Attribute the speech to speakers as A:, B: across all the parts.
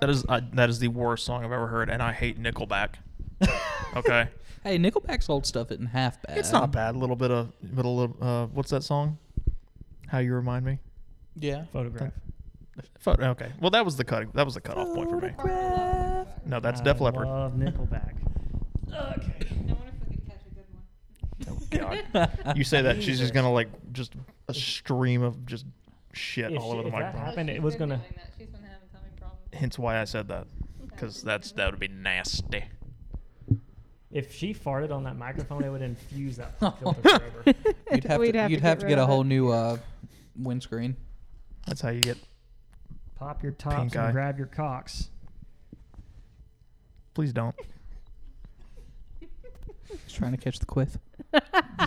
A: That is uh, that is the worst song I've ever heard, and I hate Nickelback. Okay,
B: Hey, Nickelback's old stuff isn't half bad.
A: it's not bad. A little bit of little of, uh, what's that song? How you remind me?
B: Yeah.
C: Photograph.
A: Fo- Okay, well that was the cutting. That was the cutoff point for me. No, that's
C: I
A: Def Leppard.
C: Love Nickelback.
D: I wonder if we could catch a good one.
A: Oh, God. you say that she's just gonna like just a stream of just shit
C: If
A: all
C: she-
A: over the
C: if that
A: microphone.
C: happened,
D: She's
C: it was
D: been
C: gonna-
D: doing that. She's been having tummy problems.
A: Hence why I said that, because that's that would be nasty.
C: If she farted on that microphone, it would infuse that
B: Oh.
C: filter forever.
B: You'd have
D: We'd
B: to,
D: have to
B: you'd have
D: get
B: to
D: rid
B: get a
D: of
B: whole
D: it.
B: new uh, windscreen.
A: That's how you get.
C: Pop your tops
A: Pink
C: and
A: eye.
C: grab your cocks.
A: Please don't.
B: Just trying to catch the quiff.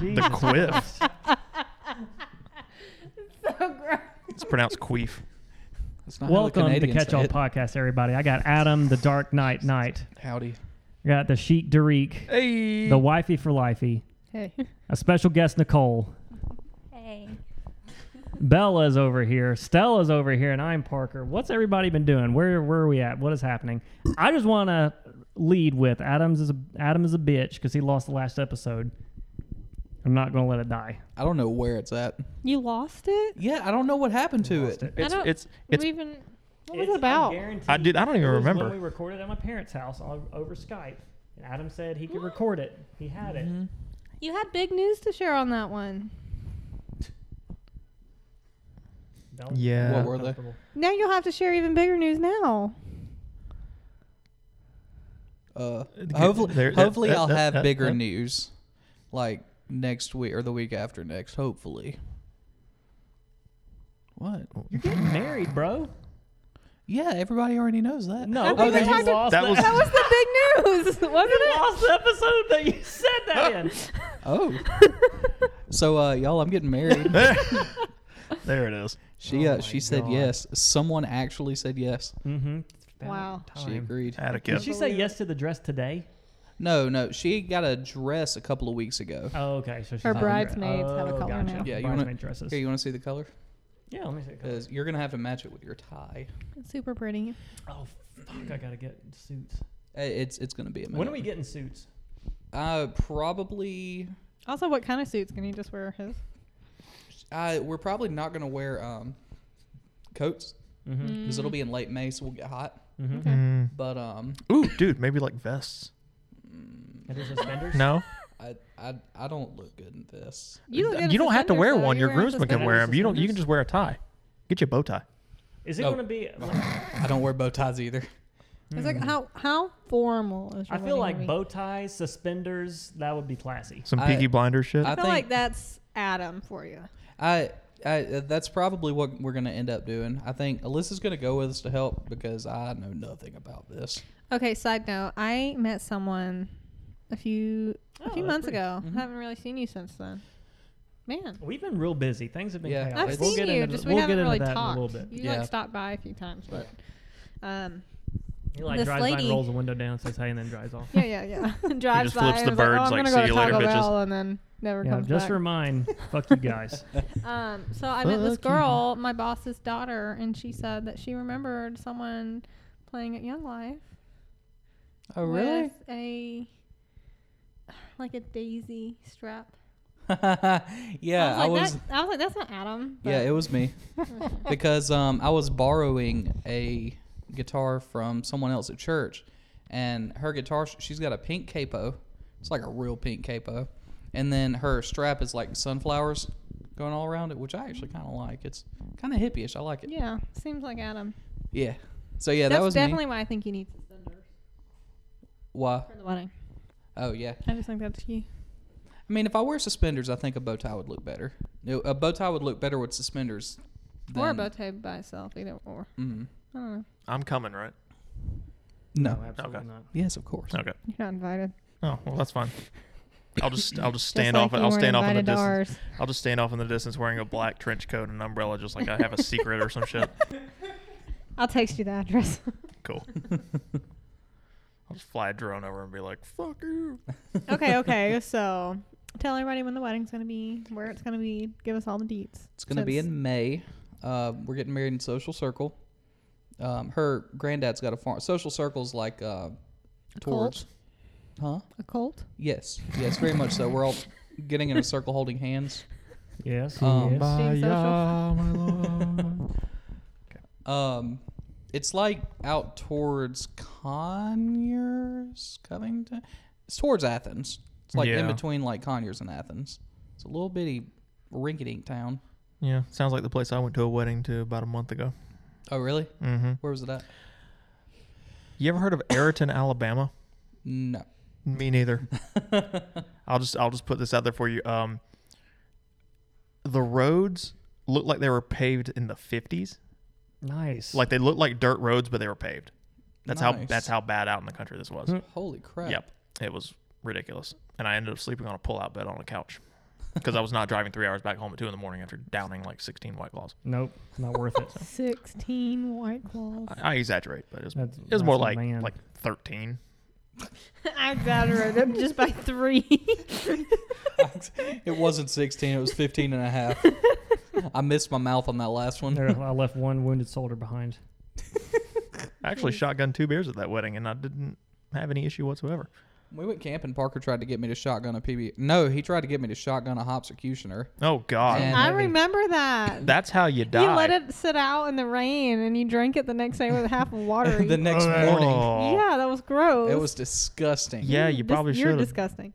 C: Jesus
A: quiff.
C: Christ.
D: so gross.
A: It's pronounced queef.
B: That's not how
C: Welcome
B: the
C: to
B: Canadians
C: Catch
B: say
C: All
B: it.
C: Podcast, everybody. I got Adam, the Dark Knight Knight.
B: Howdy.
C: I got the Sheik Derek,
A: Hey.
C: the Wifey for Lifey,
D: Hey.
C: a special guest, Nicole.
D: Hey.
C: Bella's over here, Stella's over here, and I'm Parker. What's everybody been doing? Where where are we at? What is happening? I just want to lead with Adams is a Adam is a bitch because he lost the last episode. I'm not gonna let it die.
B: I don't know where it's at.
D: You lost it?
B: Yeah, I don't know what happened to
C: Lost
B: it.
C: it.
A: It's
D: I don't
A: it's it's.
D: we even. What was it about?
A: I did. I don't
C: It
A: even
C: was
A: remember.
C: when we recorded at my parents' house on, over Skype, and Adam said he could record it. He had it.
D: Mm-hmm. You had big news to share on that one.
C: Bella,
A: Yeah.
B: What were they?
C: comfortable.
D: Now you'll have to share even bigger news now.
B: Uh,
A: Get-
B: hopefully,
A: there- that-
B: hopefully
A: that-
B: I'll
A: that-
B: have
A: that-
B: bigger
A: that-
B: news, like next week or the week after next. Hopefully. What?
C: You're getting married, bro.
B: Yeah, everybody already knows that.
C: No,
D: think
B: oh,
D: we
B: they
C: you
D: talked-
C: lost
A: That was-
D: That was the big news, wasn't
C: you
D: it?
C: lost the episode that you said that in.
B: oh. so uh, y'all, I'm getting married.
A: there it is.
B: She
C: Oh
B: uh,
C: my
B: she said
C: God.
B: yes. Someone actually said yes.
C: Mm-hmm.
D: Wow.
B: She agreed.
C: Did
A: Atticus.
C: she say yes to the dress today?
B: No, no, she got a dress a couple of weeks ago.
C: Oh, okay. So she's
D: Her
C: not-
D: bridesmaids have a
C: Oh,
D: color
C: gotcha.
D: now.
B: Yeah, you wanna-
C: bridesmaid dresses.
B: Here, you want to see the color?
C: yeah, let me see. the color.
B: Because you're gonna have to match it with your tie.
D: Super pretty.
C: Oh, fuck! I gotta get suits.
B: Uh, It's it's gonna be a.
C: When are
B: minute.
C: we getting suits?
B: Uh, probably.
D: Also, what kind of suits can you just wear? His.
B: Uh, we're probably not gonna wear um, coats
C: Mm-hmm.
D: Mm.
B: because it'll be in late May, so we'll get hot.
C: Mm-hmm.
D: Okay.
A: Mm.
B: But um,
A: Ooh, dude, maybe like vests.
C: And there's suspenders.
A: No,
B: I I I don't look good in this.
D: You, look good in
A: you don't have to
D: suspenders,
A: wear
D: though.
A: one.
D: You're
A: Your
D: wearing
A: groomsmen can
D: suspenders.
A: wear them. You don't. You can
C: suspenders.
A: just wear a tie. Get you a bow tie.
C: Is it
B: No.
C: gonna be? Like,
B: I don't wear bow ties either.
D: It's like how how formal is your
C: I feel
D: wedding gonna
C: like
D: be?
C: bow ties, suspenders. That would be classy.
A: Some
B: I-
A: Peaky Blinder shit.
D: I
B: I
D: feel
B: think-
D: like that's Adam for you.
B: I. I, uh, that's probably what we're gonna end up doing. I think Alyssa's gonna go with us to help because I know nothing about this.
D: Okay, side note. I met someone a few
C: Oh,
D: a few
C: that's
D: months
C: pretty-
D: ago. Haven't really seen you since then. Man.
C: We've been real busy. Things have been.
B: Yeah. I've
D: I've
C: chaotic. we'll
D: seen
C: get
D: you,
C: into
D: just
C: the-
D: we
C: we'll
D: haven't
C: get into
D: really
C: that
D: talked.
C: in a little bit.
D: You
B: Yeah.
D: like stopped by a few times, but um
C: He like
D: This
C: drives by and
D: lady-
C: rolls the window down, says hey, and then drives off.
D: yeah, yeah, yeah. Drives
A: just
D: by
A: flips
D: and
A: the
D: is like,
A: birds,
D: oh, I'm
A: like,
D: gonna
A: "See
D: go to
A: you later,
D: Taco
A: bitches."
D: Bell and then never
C: Yeah,
D: comes
C: just
D: back.
C: remind. fuck you guys.
D: Um, so I met this
A: Fuck yeah.
D: girl, my boss's daughter, and she said that she remembered someone playing at Young Life.
B: Oh really?
D: With a like a daisy strap.
B: yeah, I was.
D: I was, like, that, I was like, that's not Adam.
B: Yeah, it was me because um, I was borrowing a guitar from someone else at church, and her guitar sh- she's got a pink capo. It's like a real pink capo, and then her strap is like sunflowers going all around it, which I actually kind of like. It's kind of hippie-ish. I like it.
D: yeah, seems like Adam.
B: Yeah. So yeah,
D: that's
B: that was
D: definitely
B: me.
D: why I think you need suspenders
B: Why?
D: for the wedding.
B: Oh yeah.
D: I just think that's you.
B: I mean, if I wear suspenders, I think a bow tie would look better. No, A bow tie would look better with suspenders. Than,
D: Or a bow tie by itself, either or.
B: Mm.
D: I don't know.
A: I'm coming, right?
B: No.
C: absolutely
A: Okay.
C: not.
B: Yes, of course.
A: Okay.
D: You're not invited.
A: Oh well, that's fine. I'll just I'll just
D: Just
A: stand
D: like
A: off.
D: you
A: I'll
D: weren't
A: stand off in the
D: invited to
A: distance.
D: ours.
A: I'll just stand off in the distance wearing a black trench coat and an umbrella, just like I have a secret or some shit.
D: I'll text you the address.
A: Cool. I'll just fly a drone over and be like, "Fuck you."
D: okay, okay. So tell everybody when the wedding's gonna be, where it's gonna be. Give us all the deets.
B: Um, It's going to be in May. Uh, we're getting married in Social Circle. um, her granddad's got a farm. Social circles like uh, towards, huh?
D: A cult?
B: Yes, yes, very much so. We're all getting in a circle, holding hands.
C: Yes.
B: Um,
C: yes.
D: Being social.
A: my lord.
B: Um, it's like out towards Conyers, Covington. It's towards Athens. It's like in
A: Yeah.
B: between like Conyers and Athens. It's a little bitty rinky-dink town.
A: yeah, sounds like the place I went to a wedding to about a month ago.
B: Oh, really?
A: Mm-hmm.
B: Where was it at?
A: You ever heard of Ayrton, Alabama?
B: No.
A: Me neither. I'll just I'll just put this out there for you. Um, the roads looked like they were paved in the fifties.
C: Nice.
A: Like they looked like dirt roads, but they were paved. That's how
B: Nice.
A: that's how bad out in the country this was.
C: Hmm.
B: Holy crap.
A: Yep, it was ridiculous. And I ended up sleeping on a pull-out bed on a couch because I was not driving three hours back home at two in the morning after downing like sixteen white claws.
C: nope, not worth it.
D: 16 white claws.
A: I, I exaggerate, but it was,
C: That's-
A: it was
C: that's
A: more
C: the
A: like
C: man.
A: like thirteen.
D: I exaggerated just by three.
B: It wasn't 16, it was 15 and a half. I missed my mouth on that last one.
C: There, I left one wounded soldier behind.
A: I actually shotgunned two beers at that wedding, and I didn't have any issue whatsoever.
B: We went camping. Parker tried to get me to shotgun a PB. No, he tried to get me to shotgun a hopsecutioner.
A: Oh God,
B: And-
D: I remember that.
A: that's how you die.
D: you let it sit out in the rain and you drank it the next day with half a water.
B: the next morning,
A: Oh.
D: yeah, that was gross.
B: it was disgusting.
A: Yeah, you
D: This-
A: probably
D: You're
A: should have.
D: disgusting.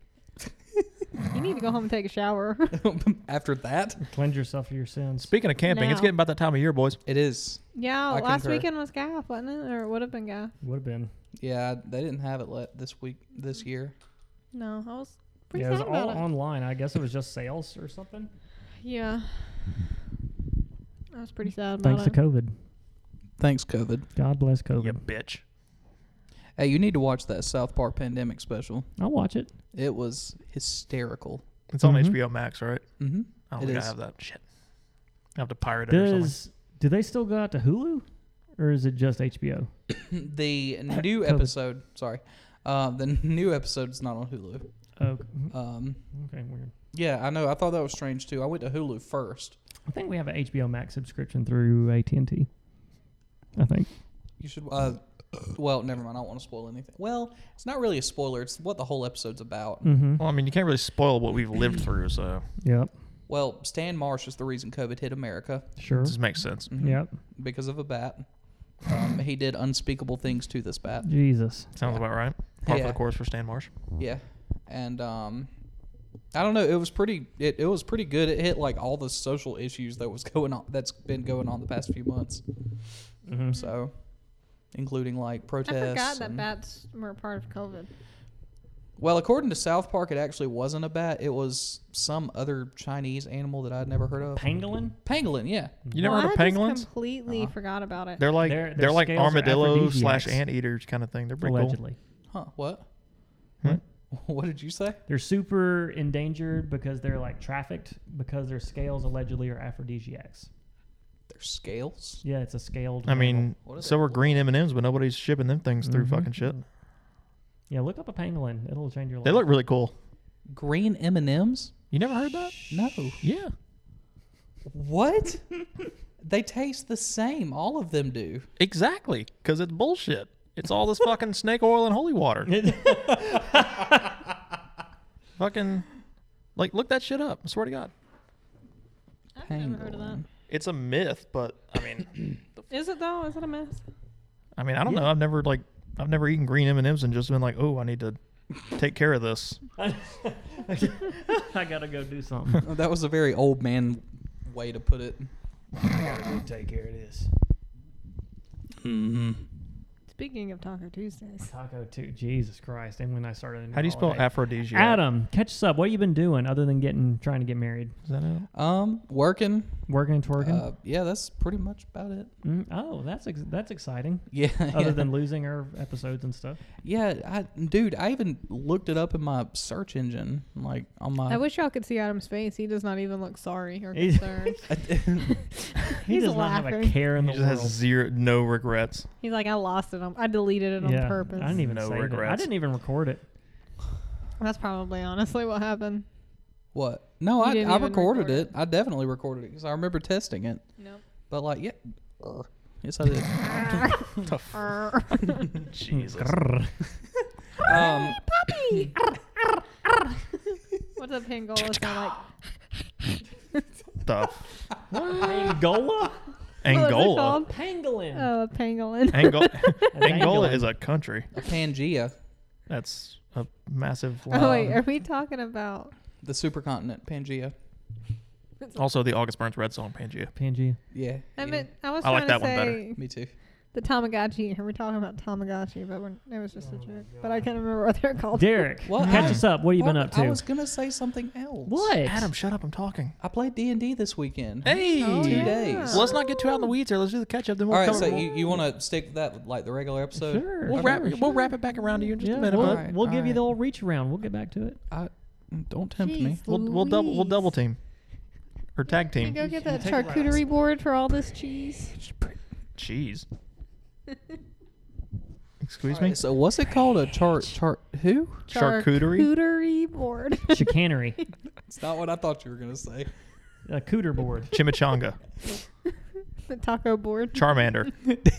D: you need to go home and take a shower.
B: After that,
C: Cleanse yourself of your sins.
A: Speaking of camping, it's
D: Now.
A: getting about that time of year, boys.
B: it is.
D: yeah,
B: I
D: last
B: concur.
D: weekend was gaff, wasn't it? Or it would have been gaff.
C: Would have been.
B: Yeah, they didn't have it let this week, this year.
D: No, I was pretty
C: Yeah, it was
D: sad
C: all
D: about it.
C: online. I guess it was just sales or something.
D: Yeah. I was pretty sad about
C: Thanks to
D: it.
C: COVID.
B: Thanks, COVID.
C: God bless COVID.
A: You bitch.
B: Hey, you need to watch that South Park pandemic special.
C: I'll watch it.
B: It was hysterical.
A: It's
C: Mhm.
A: on HBO Max, right?
B: Mm-hmm.
A: I
B: It
A: don't think
B: is.
A: I have that shit. I have to pirate it or something.
C: Does do they still go out to Hulu, or is it just HBO?
B: The new
C: COVID.
B: episode, sorry, uh, the new episode's not on Hulu.
C: Oh,
B: Um,
C: okay, weird.
B: yeah, I know. I thought that was strange too. I went to Hulu first.
C: I think we have an HBO Max subscription through AT and T. I think.
B: You should. Uh, well, never mind. I don't want to spoil anything. Well, it's not really a spoiler. It's what the whole episode's about.
C: Mm-hmm.
A: Well, I mean, you can't really spoil what we've lived through, so
C: Yep.
B: Well, Stan Marsh is the reason COVID hit America
C: Sure.
A: it just makes sense.
B: Mhm.
C: Yep.
B: because of a bat. Um, he did unspeakable things to this bat.
C: Jesus.
A: Sounds about right. Part for
B: Yeah.
A: the course for Stan Marsh.
B: Yeah, and um, I don't know. It was pretty. It, it was pretty good. It hit like all the social issues that was going on. That's been going on the past few months.
C: Mm-hmm.
B: So, including like protests.
D: I forgot that
B: and-
D: bats were part of COVID.
B: Well, according to South Park, it actually wasn't a bat. It was some other Chinese animal that I'd never heard of.
C: Pangolin.
B: Pangolin, yeah.
A: You never heard of
D: I
A: pangolins?
D: just completely forgot about it.
A: They're like
C: Their-
A: they're,
C: their
A: like
C: scales are
A: armadillo slash
C: aphrodisiacs.
A: anteaters kind of thing. They're pretty Hmm?
C: Allegedly,
B: Huh? What?
A: What?
B: What did you say?
C: they're super endangered because they're like trafficked because their scales allegedly are aphrodisiacs.
B: Their scales.
C: Yeah, it's a scaled.
A: cool. I mean,
B: What are
A: so
B: they-
A: are green M and M's, but nobody's shipping them things through
C: Mhm.
A: fucking shit.
C: yeah, look up a pangolin. It'll change your life.
A: They look really cool.
B: Green M and M's.
A: You never heard that?
B: No.
A: Yeah.
B: What? they taste the same. All of them do.
A: Exactly, because it's bullshit. It's all this fucking snake oil and holy water. fucking, like, look that shit up. I swear to God.
D: I've never heard of that.
B: Pangolin.
A: It's a myth, but I mean,
D: Is it though? Is it a myth?
A: I mean, I don't know. I've never like, I've never eaten green M and M's and just been like, oh, I need to take care of this.
C: I gotta go do something.
B: Oh, that was a very old man way to put it.
C: I gotta go take care of this.
B: Mm-hmm.
D: Speaking of Taco Tuesdays,
C: Taco too. Jesus Christ! And when I started, a new
A: How do you spell
C: holiday.
A: aphrodisiac?
C: Adam, catch us up. What you been doing other than getting trying to get married?
A: Is that it?
B: Um, working.
C: Working and twerking.
B: Uh, yeah, that's pretty much about it.
C: Mm, oh, that's ex- that's exciting.
B: Yeah. yeah.
C: Other than losing our episodes and stuff.
B: Yeah, I dude, I even looked it up in my search engine, like on my.
D: I wish y'all could see Adam's face. He does not even look sorry or
C: He's-
D: concerned.
C: He
D: He's
C: does not have a
D: laughing.
C: care in
A: He
C: the
A: just
C: world.
A: has zero, no regrets.
D: He's like, I lost it. on- I deleted it on
C: yeah,
D: purpose.
C: I didn't even
A: No
C: save it. I
A: regrets.
C: didn't even record it.
D: That's probably honestly what happened.
B: what? No, I,
D: didn't
B: I
D: even
B: recorded
D: record it.
B: it. I definitely recorded it because I remember testing it.
D: Nope.
B: But like, yeah, er, Yes, I did.
D: Err.
C: Hmm,
A: Jesus.
C: Grrr.
B: Um,
D: puppy. What's a pangolin sound like?
A: the
C: Angola?
A: Angola.
C: Pangolin.
D: Oh, a pangolin.
A: Angola. Angola
C: Angola.
A: is a country.
B: a Pangea,
A: That's a massive.
D: Oh wait,
A: line.
D: are we talking about?
B: the supercontinent Pangea.
A: Also, the August Burns Red song Pangea.
C: Pangea.
B: Yeah.
D: I
B: yeah,
D: meant I was
A: I like
D: trying to
A: that one better.
D: say
B: me too.
D: the Tamagotchi, and we're talking about Tamagotchi, but we're, it was just a joke. But I can't remember Oh, what they're called.
C: Derek,
B: Well,
C: catch
B: I-
C: us up. What have you been
B: Barbara,
C: up to?
B: I was gonna say something else.
C: what?
A: Adam, shut up! I'm talking.
B: I played D and D this weekend.
A: Hey.
D: Oh,
B: Two
D: yeah.
B: days.
A: Well, let's not get too out in the weeds here. Let's do the catch up. Then
B: All
A: we'll
B: right,
A: cover.
B: so
A: we'll,
B: you, you want to stick with that like the regular episode?
C: Sure.
A: we'll
C: Okay.
A: wrap it. We'll wrap it back around to you in just
C: Yeah,
A: a minute.
C: we'll,
A: We'll,
B: alright,
C: we'll give you
B: alright.
C: the old reach around. We'll get back to it.
B: I, mm, don't tempt me.
D: Jeez
A: we'll, we'll double we'll
D: Louise.
A: double team or tag
D: Can you
A: team.
D: go get that
C: take a
D: charcuterie board for all this cheese?
A: Jeez. Excuse
B: All
A: me.
B: right, so what's it called? A chart chart who?
A: Charcuterie.
D: Charcuterie board.
C: Chicanery.
B: It's not what I thought you were gonna say.
C: a cooter board.
A: Chimichanga.
D: the taco board.
A: Charmander.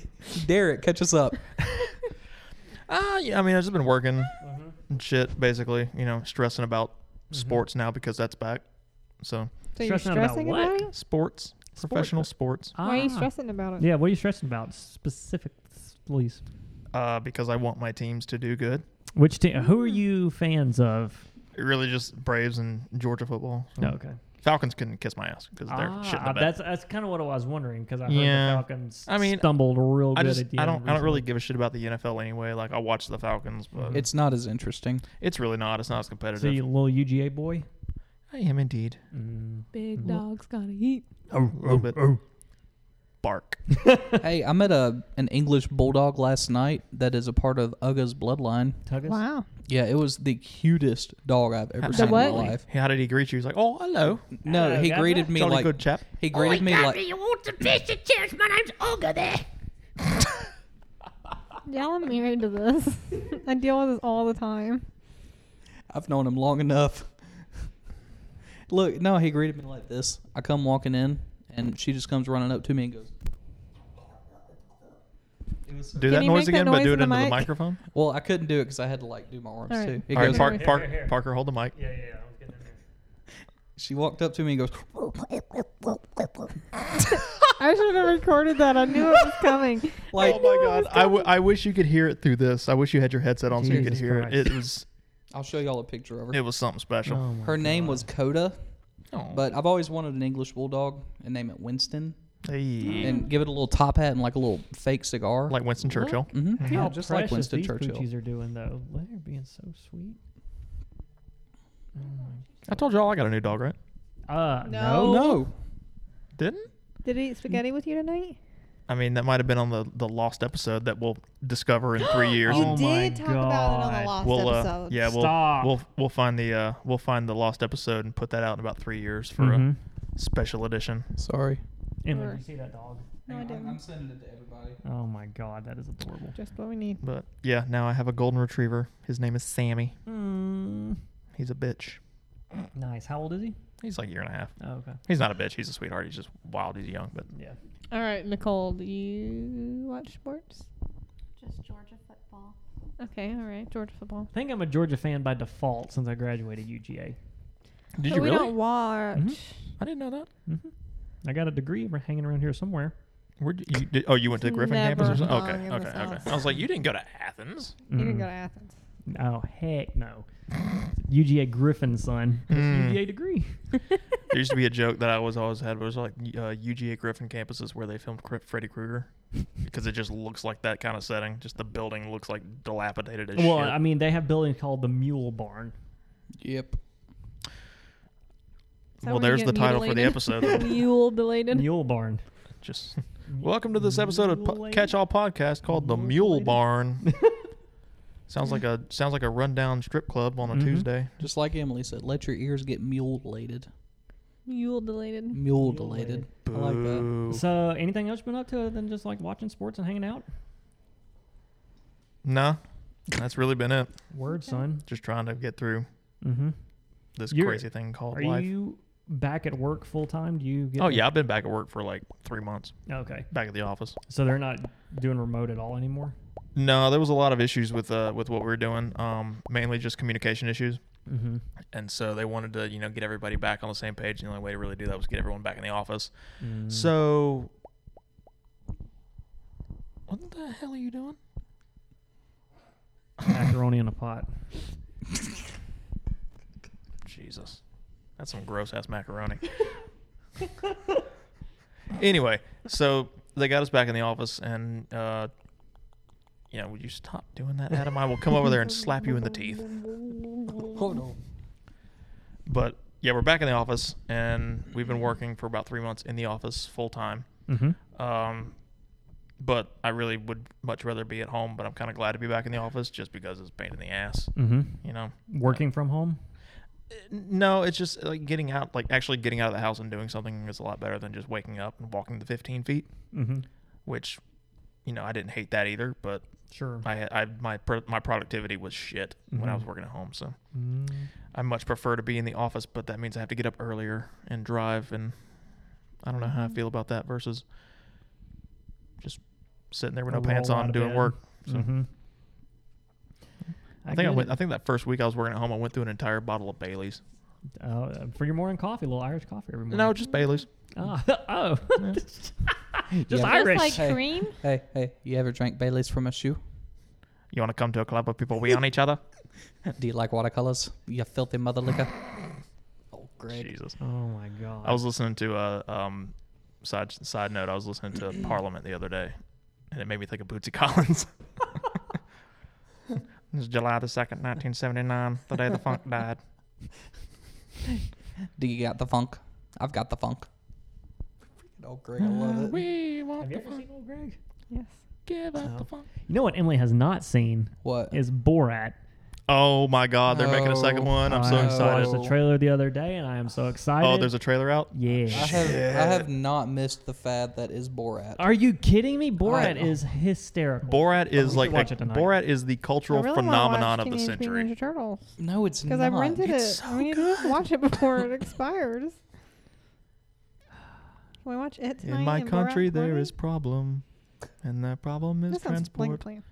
B: Derek, catch us up.
A: Uh, yeah, I mean, I've just been working and shit, basically. You know, stressing about
B: Mm-hmm.
A: sports now because that's back. So,
D: so you're
C: Stressing about
D: stressing
C: what?
D: about, it?
A: sports, professional sports,
D: Why are you
C: Ah.
D: stressing about it?
C: Yeah, what are you stressing about specifically? Please.
A: uh, because I want my teams to do good.
C: Which team? Who are you fans of?
A: Really, just Braves and Georgia football. So
C: No, okay.
A: Falcons couldn't kiss my ass because they're Mm-hmm. shit in the
C: Ah,
A: bed.
C: that's that's kind of what I was wondering because I heard
A: Yeah.
C: the Falcons
A: I mean,
C: stumbled real
A: I
C: good
A: just
C: at the
A: I
C: end
A: don't I don't really
C: recently.
A: give a shit about the NFL anyway. Like I watch the Falcons, but
B: It's not as interesting.
A: it's really not. It's not as competitive.
C: So you a little UGA boy?
A: I am indeed
C: Mm.
D: Big dogs gotta eat.
A: a little bit bark.
B: hey, I met a an English bulldog last night that is a part of Uga's bloodline.
C: Tuggas?
D: Wow.
B: Yeah, it was the cutest dog I've ever
A: The
B: seen
D: what?
B: in my life.
A: How did he greet you? He's like, oh hello,
B: No,
C: Hello,
B: he
C: Gabba.
B: greeted me
A: jolly
B: like
A: good chap.
B: he
E: Oh,
B: greeted me like
E: you want some fish and chips? My name's Olga there.
D: Y'all are married to this. I deal with this all the time.
B: I've known him long enough. Look, no, he greeted me like this. I come walking in, and she just comes running up to me and goes. It was so-
A: Do
D: Can
A: that
D: you
A: noise
D: make that
A: again, but
D: noise
A: do it
D: in
A: into
D: the
A: the
D: mic?
A: microphone.
B: well, I couldn't do it because I had to like do my arms
D: All right.
B: too. It
A: All right,
B: goes.
A: Park,
D: Here,
A: Park,
C: here, here.
A: Parker, hold the mic.
C: Yeah, yeah, yeah. I was getting in there.
B: She walked up to me and goes.
D: I should have recorded that. I knew it was coming.
B: Like
A: oh my god, I, w- I wish you could hear it through this. I wish you had your headset on so you could
C: Jesus
A: hear it.
C: Christ.
A: It was
B: I'll show y'all a picture of her.
A: it was something special.
C: Oh my
B: her name was Coda,
A: Oh.
B: but I've always wanted an English bulldog and name it Winston,
A: Hey.
B: and give it a little top hat and like a little fake cigar.
A: like Winston Churchill.
B: mm-hmm.
C: How
B: yeah, just like
C: precious
B: Winston
C: these
B: Churchill.
C: Poochies are doing though. They're being so sweet.
A: I told y'all I got a new dog, right?
C: Uh,
D: No.
C: no.
B: Oh, No,
A: Didn't?
D: Did he eat spaghetti with you tonight?
A: I mean, that might have been on the, the lost episode that we'll discover in three years.
C: You
A: and
C: Oh my did talk about it on the God.
D: last
A: we'll uh, yeah, we'll,
C: Stop.
A: we'll we'll find the uh, we'll find the lost episode and put that out in about three years for
C: Mhm.
A: a special edition.
B: sorry.
C: Emily,
D: Or-
C: you see that dog?
D: No, I didn't.
B: sending it to everybody.
C: Oh my god, that is adorable.
D: Just what we need.
A: But yeah, now I have a golden retriever. His name is Sammy. Hmm.
C: Mm.
A: He's a bitch.
C: Nice. How old is he?
A: He's like a year and a half.
C: Oh, okay.
A: He's not a bitch. He's a sweetheart. He's just wild. He's young, but
C: Yeah.
D: All right, Nicole, do you watch sports?
E: Just Georgia football.
D: Okay, all right, Georgia football.
C: I think I'm a Georgia fan by default since I graduated UGA.
A: did
D: but
A: you
D: Oh, we
A: really? Mm-hmm.
D: don't watch.
A: I didn't know that.
C: Mm-hmm. I got a degree we're hanging around here somewhere.
A: Where did you, did, oh, you went to Griffin campus or
D: Never
A: something?
D: hung
A: Okay,
D: in
A: okay,
D: this house.
A: okay. I was like, you didn't go to Athens.
D: You didn't
C: Mm.
D: go to Athens.
C: Oh heck no. UGA Griffin son. It's
A: Mm.
C: UGA degree.
A: There used to be a joke that I was always had was like uh, UGA Griffin campus is where they filmed Cri- Freddy Krueger because it just looks like that kind of setting. Just the building looks like dilapidated as
C: well,
A: shit.
C: I mean they have buildings called the Mule Barn.
B: Yep.
D: Is that
A: well,
D: where you
A: there's the
D: get
A: title for the
D: mutilated?
A: episode.
D: Mule belated.
C: Mule Barn.
A: just welcome to this episode of po-
C: Mule-lated?
A: Catch All Podcast called the Mule Barn. sounds like a sounds like a rundown strip club on a
C: Mhm.
A: Tuesday.
B: Just like Emily said, let your ears get mutilated.
D: Mule belated.
B: Mutilated. I like that.
A: Boo.
C: So anything else you've been up to other than just like watching sports and hanging out?
A: Nah, that's really been it.
C: Word son.
A: Just trying to get through
C: Mm-hmm.
A: this
C: You're-
A: crazy thing called
C: Are
A: life.
C: you back at work full time? Do you? Get
A: Oh yeah, I've been back at work for like three months,
C: Okay.
A: back at the office.
C: So they're not doing remote at all anymore.
A: No, there was a lot of issues with uh, with what we were doing, um, mainly just communication issues.
C: Mm-hmm.
A: And so they wanted to, you know, get everybody back on the same page. And the only way to really do that was get everyone back in the office. So, what the hell are you doing?
C: macaroni in a pot.
A: Jesus, that's some gross ass macaroni. anyway, so they got us back in the office, and uh, you know, would you stop doing that, Adam? I will come over there and slap you in the teeth.
B: Hold on.
A: But yeah, we're back in the office, and we've been working for about three months in the office full time.
C: Mm-hmm.
A: Um, but I really would much rather be at home. But I'm kind of glad to be back in the office just because it's a pain in the ass,
C: Mm-hmm.
A: you know.
C: Working from home.
A: No, it's just like getting out, like actually getting out of the house and doing something is a lot better than just waking up and walking the 15 feet.
C: Mm-hmm.
A: Which, you know, I didn't hate that either, but
C: Sure.
A: I, had- I my pro- my productivity was shit when I was
C: Mhm.
A: working at home. So
C: Mm.
A: I much prefer to be in the office, but that means I have to get up earlier and drive, and I don't know how I
C: Mm-hmm.
A: feel about that versus just sitting there with no
C: A
A: pants
C: roll out
A: on
C: of
A: doing
C: bed.
A: work. So
C: Mm-hmm.
A: I think I went. I think that first week I was working at home, I went through an entire bottle of Bailey's.
C: uh, for your morning coffee, a little Irish coffee every morning.
A: No, just Bailey's.
C: Ah, oh, just Irish.
D: Just like
B: Hey.
D: cream.
B: Hey, hey, you ever drank Bailey's from a shoe?
A: You want to come to a club where people wee on each other?
B: Do you like watercolors? You filthy mother liquor. Oh, Greg.
A: Jesus.
C: Oh my god.
A: I was listening to uh, um side side note. I was listening to Parliament the other day, and it made me think of Bootsy Collins. this is July the second, nineteen seventy nine, the day the funk died.
B: Do you got the funk? I've got the funk. Oh, Greg, I love it.
A: We want
C: Have you ever seen old Greg?
D: Yes.
A: give
B: up the
A: funk.
C: You know what Emily has not seen
B: What?
C: is Borat.
A: Oh my God, they're making a second
D: Oh,
B: No.
A: one. I'm so
C: I
A: excited.
C: watched the trailer the other day, and I am so excited.
A: Oh, there's a trailer out.
B: I
C: yeah.
B: have, I have not missed the fad that is Borat.
C: Are you kidding me? Borat
B: I-
C: is hysterical.
A: Borat is
C: should
A: like
C: watch
A: a,
C: it tonight.
A: Borat is the cultural
D: I really wanna
A: phenomenon
D: watch
A: of the
D: Teenage Mutant
A: century.
D: Ninja Turtles
B: No, it's not.
D: because I rented it.
A: It's so
D: we need
A: good.
D: to watch it before it expires. Can we watch it tonight?
A: In my
D: and Borat
A: country, there
D: Morning?
A: is problem, and that problem is
D: That sounds like
A: transport.
D: plan.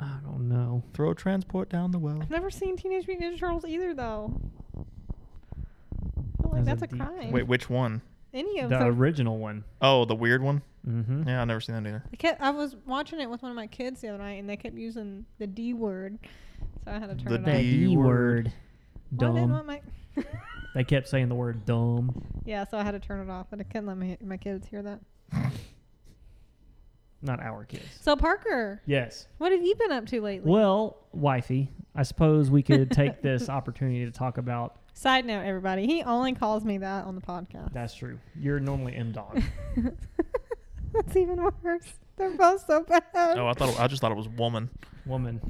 C: I don't know.
A: Throw transport down the well.
D: I've never seen Teenage Mutant Ninja Turtles either, though. I feel like
C: That's
D: that's
C: a
D: a
C: deep cut.
D: crime.
A: Wait, which one?
D: Any of
C: The
D: them?
C: original one.
A: Oh, the weird one.
C: Mm-hmm.
A: Yeah, I've never seen that either.
D: I, kept, I was watching it with one of my kids the other night, and they kept using the D word, so I had to turn
A: The
D: it
A: D
D: off.
C: That E word.
A: word.
D: Well, I didn't want
C: Dumb.
D: my.
C: They kept saying the word dumb.
D: yeah, so I had to turn it off, but I couldn't let my my kids hear that.
C: Not our kids.
D: So Parker,
C: Yes.
D: what have you been up to lately?
C: Well, wifey, I suppose we could take this opportunity to talk about.
D: Side note, everybody, he only calls me that on the podcast.
C: That's true. You're normally M dog.
D: That's even worse. They're both so bad.
A: Oh, I thought it, I just thought it was woman.
C: Woman.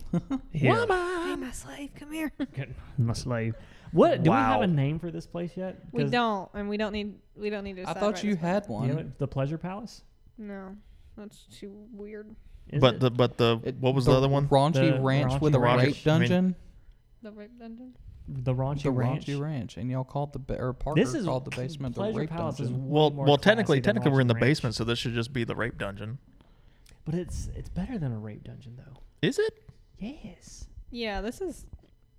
C: Here.
D: Hey, my slave, come here.
C: Good. My slave. What do we have
A: Wow.
C: a name for this place yet?
D: We
C: 'Cause-
D: don't, and we don't need. We don't need to.
B: I
D: decide
B: thought
D: right
B: you
D: this minute.
B: had
C: You
B: one.
C: know what? the Pleasure Palace.
D: No, that's too weird.
C: Is
A: but
C: it?
A: the but the
B: It-
A: what was the, other one?
B: Raunchy
C: The
B: Ranch
C: Raunchy
B: with a
A: Ranch.
B: rape dungeon.
D: The rape dungeon.
C: the raunchy
B: the
C: ranch.
B: Raunchy Ranch, and y'all called the ba- or Parker
C: This is
B: called the basement the
C: Pleasure
B: rape
C: Palace is
B: dungeon.
C: way
A: Well,
C: more
A: well, technically,
C: classy than
A: technically we're in the
C: Raunchy Ranch.
A: basement, so this should just be the rape dungeon.
C: But it's it's better than a rape dungeon though.
A: Is it?
C: Yes.
D: Yeah, this is.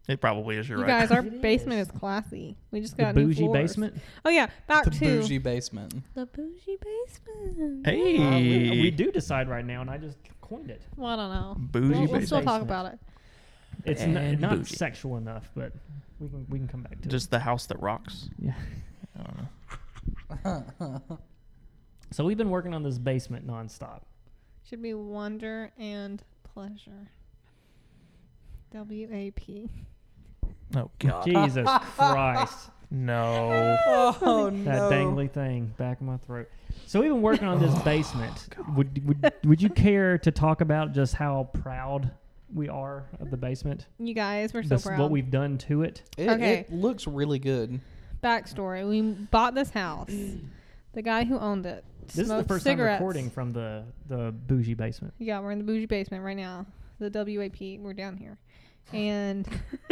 A: It probably is. You're
D: you
A: right.
D: guys, our
C: It
D: basement
C: is.
D: is. classy. We just
C: The
D: got new
C: bougie
D: floors.
C: basement. Uh,
D: Oh yeah, back
B: The
D: to
B: bougie basement.
D: the bougie basement.
A: hey,
C: Uh, we, we do decide right now, and I just coined it.
D: Well, I don't know.
A: bougie
D: we'll, we'll
A: basement.
D: still talk
C: basement.
D: about it.
C: It's n-
A: And
C: not
A: bougie.
C: sexual enough, but we can we can come back to it.
A: Just the house that rocks.
C: Yeah.
A: I don't know.
C: So we've been working on this basement nonstop.
D: Should be wonder and pleasure. W A P.
A: Oh God,
C: Jesus Christ.
A: no.
B: oh
C: That
B: no!
C: dangly thing back in my throat. So we've been working on
A: Oh,
C: this basement. Would, would would you care to talk about just how proud we are of the basement?
D: You guys, we're so
C: This-
D: proud.
C: What we've done to it.
B: It,
D: Okay.
B: it looks really good.
D: Backstory: We bought this house. the guy who owned it.
C: This is the
D: smoked
C: first
D: cigarettes.
C: time recording from the the bougie basement.
D: Yeah, we're in the bougie basement right now. The WAP, we're down here. And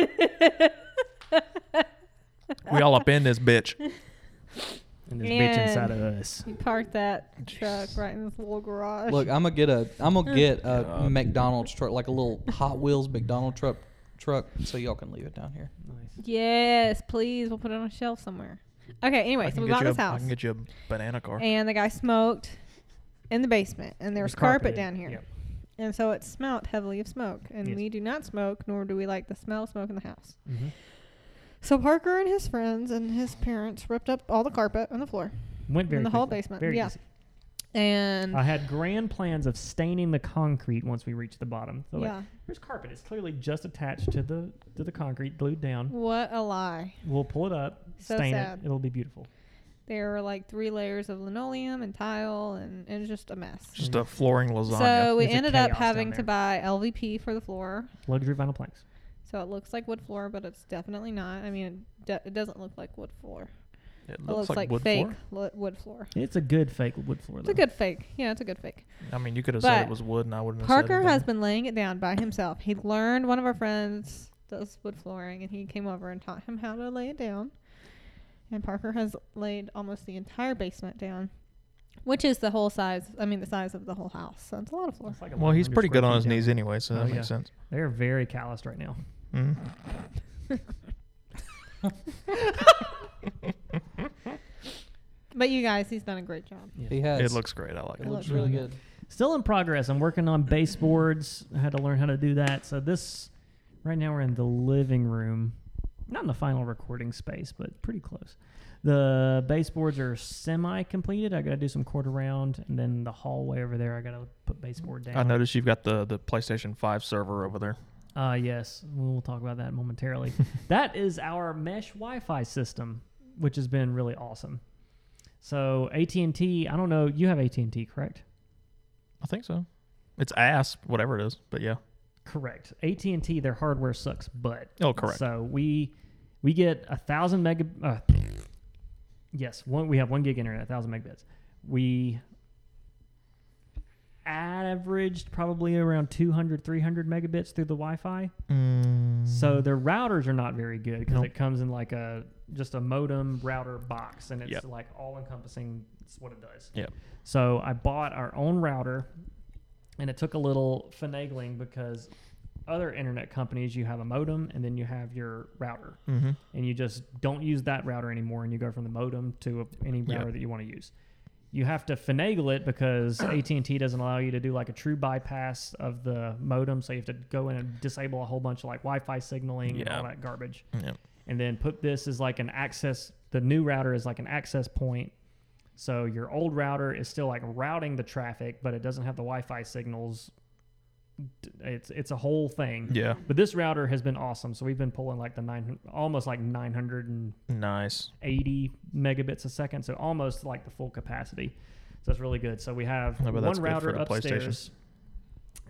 A: We all up in this bitch.
C: And this bitch
D: And-
C: inside of us.
D: You parked that truck right in this little garage.
B: Look, I'm gonna get a I'm gonna get a
A: God.
B: McDonald's truck, like a little Hot Wheels McDonald's truck truck, so y'all can leave it down here.
C: Nice.
D: yes, please. We'll put it on a shelf somewhere. Okay. Anyway,
A: I
D: so
A: can
D: we
A: get
D: bought
A: you a-
D: this
A: I
D: house,
A: can get you a banana car.
D: and the guy smoked in the basement, and there was carpet down here, and so it smelt heavily of smoke. And
C: Yes.
D: we do not smoke, nor do we like the smell of smoke in the house.
C: hmm
D: So Parker and his friends and his parents ripped up all the carpet on the floor,
C: Went very
D: the whole
C: quickly.
D: basement,
C: Very
D: yeah.
C: easy.
D: and
C: I had grand plans of staining the concrete once we reached the bottom. So like,
D: yeah,
C: There's carpet. It's clearly just attached to the to the concrete, glued down.
D: what a lie.
C: We'll pull it up,
D: So
C: stain
D: sad.
C: it. It'll be beautiful.
D: There were like three layers of linoleum and tile, and it was just a mess.
A: Just a flooring lasagna.
D: So we
C: It's a
D: ended up
C: chaos down
D: having to
C: there.
D: buy LVP for the floor.
C: Luxury vinyl planks.
D: So it looks like wood floor, but it's definitely not. I mean, it, de- it doesn't look like wood floor.
A: it
D: It looks, like,
A: wood
D: fake
A: floor.
D: lo- wood floor.
C: It's a good fake wood floor.
D: It's a
C: though.
D: good fake. Yeah, it's a good fake.
A: I mean, you could have said
D: But
A: it was wood, and I wouldn't. have said
D: Parker
A: anything.
D: has been laying it down by himself. He learned one of our friends does wood flooring, and he came over and taught him how to lay it down. And Parker has laid almost the entire basement down, which is the whole size. I mean, the size of the whole house. So it's a lot of floor.
C: It's like
A: Well, he's
C: 1100
A: pretty
C: square
A: good on
C: feet
A: his
C: down.
A: knees anyway, so
C: Oh,
A: that
C: yeah.
A: makes sense.
C: They're very calloused right now.
A: Mhm.
D: But you guys, he's done a great job.
B: He has.
A: It looks great. I like
B: It,
A: it.
D: looks
B: looks really good.
C: Still in progress. I'm working on baseboards. I had to learn how to do that. So this, right now, we're in the living room, not in the final recording space, but pretty close. The baseboards are semi-completed. I got to do some quarter round, and then the hallway over there, I got to put baseboard down.
A: I noticed you've got the, the PlayStation 5 server over there.
C: Uh, yes, we'll talk about that momentarily. that is our mesh Wi-Fi system, which has been really awesome. So AT&T, I don't know, you have AT&T, correct?
A: I think so. It's ASP, whatever it is, but yeah.
C: Correct. AT&T, their hardware sucks, but
A: Oh, correct.
C: So we we get a thousand mega. Uh, yes, one we have one gig internet, a thousand megabits. We averaged probably around 200 300 megabits through the wi-fi so their routers are not very good because
A: Mm. Nope.
C: it comes in like a just a modem router box and it's
A: Yep.
C: like all encompassing it's what it does
A: Yep.
C: so i bought our own router and it took a little finagling because other internet companies you have a modem and then you have your router
A: Mm-hmm.
C: and you just don't use that router anymore and you go from the modem to a, any
A: Yeah.
C: router that you want to use you have to finagle it because AT&T doesn't allow you to do like a true bypass of the modem so you have to go in and disable a whole bunch of like Wi-Fi signaling and
A: Yeah.
C: all that garbage
A: Yep.
C: and then put this as like an access the new router is like an access point so your old router is still like routing the traffic but it doesn't have the Wi-Fi signals D- it's it's a whole thing
A: Yeah.
C: but this router has been awesome. So we've been pulling like the nine, almost like 980
A: Nice.
C: megabits a second. So almost like the full capacity. So that's really good. So we have
A: I bet
C: one
A: that's good
C: router
A: for the PlayStation.
C: upstairs,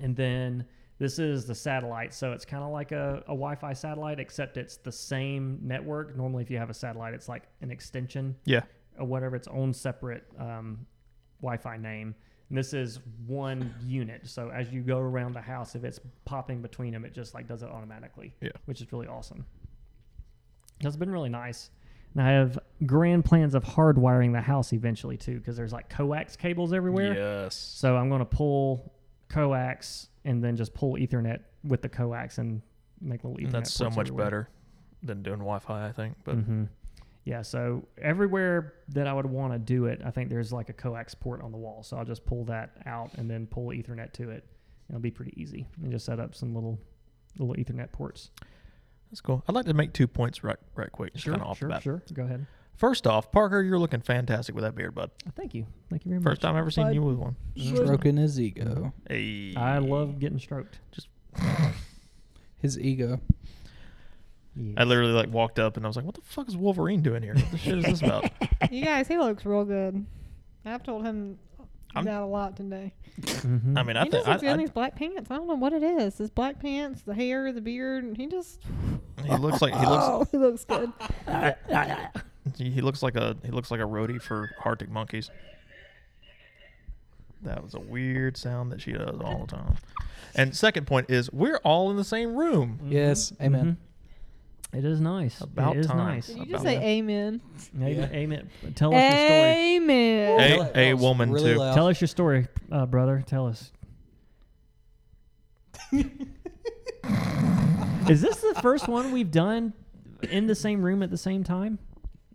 C: and then this is the satellite. So it's kind of like a, a Wi-Fi satellite, except it's the same network. Normally, if you have a satellite, it's like an extension
A: Yeah.
C: or whatever its own separate um, Wi-Fi name. And this is one unit, so as you go around the house, if it's popping between them, it just like does it automatically.
A: Yeah.
C: which is really awesome. That's been really nice. And I have grand plans of hardwiring the house eventually too, because there's like coax cables everywhere.
A: Yes.
C: So I'm going to pull coax and then just pull Ethernet with the coax and make little Ethernet.
A: That's so
C: ports
A: much
C: everywhere.
A: better than doing Wi Fi, I think. But
C: hmm Yeah, so everywhere that I would want to do it, I think there's like a coax port on the wall. So I'll just pull that out and then pull Ethernet to it. It'll be pretty easy. And just set up some little little Ethernet ports.
A: that's cool. I'd like to make two points right right quick. Just kind of off
C: sure,
A: the bat.
C: sure. Go ahead.
A: First off, Parker, you're looking fantastic with that beard, bud.
C: Uh, Thank you. Thank you very
A: First
C: much.
A: time I've ever seen
C: Bud.
A: you with one.
B: Stroking his ego.
A: Mm-hmm. Hey.
C: I love getting stroked.
B: His ego.
A: I literally like walked up and I was like, "What the fuck is Wolverine doing here? What the shit is this about?"
D: you guys, he looks real good. I've told him
A: I'm-
D: that a lot today.
C: Mm-hmm.
A: I mean, I
D: he just
A: think
D: looks good
A: I-
D: in
A: I-
D: these black pants. I don't know what it is. His black pants, the hair, the beard. and He just
A: he looks like he looks
D: oh, he looks good.
A: he looks like a he looks like a roadie for Arctic Monkeys. That was a weird sound that she does all Mm-hmm. the time. And second point is we're all in the same room.
B: Yes. Amen.
C: It is nice.
A: About
C: it is
A: time.
C: nice.
D: Did
A: How
D: you just
A: about
D: say amen?
C: Amen.
B: Yeah.
C: Amen. Tell us your story.
D: Amen.
A: Hey,
B: Tell it-
A: hey,
B: that was
A: woman,
B: really
A: too.
B: loud.
C: Tell us your story, uh, brother. Tell us. is this the first one we've done in the same room at the same time?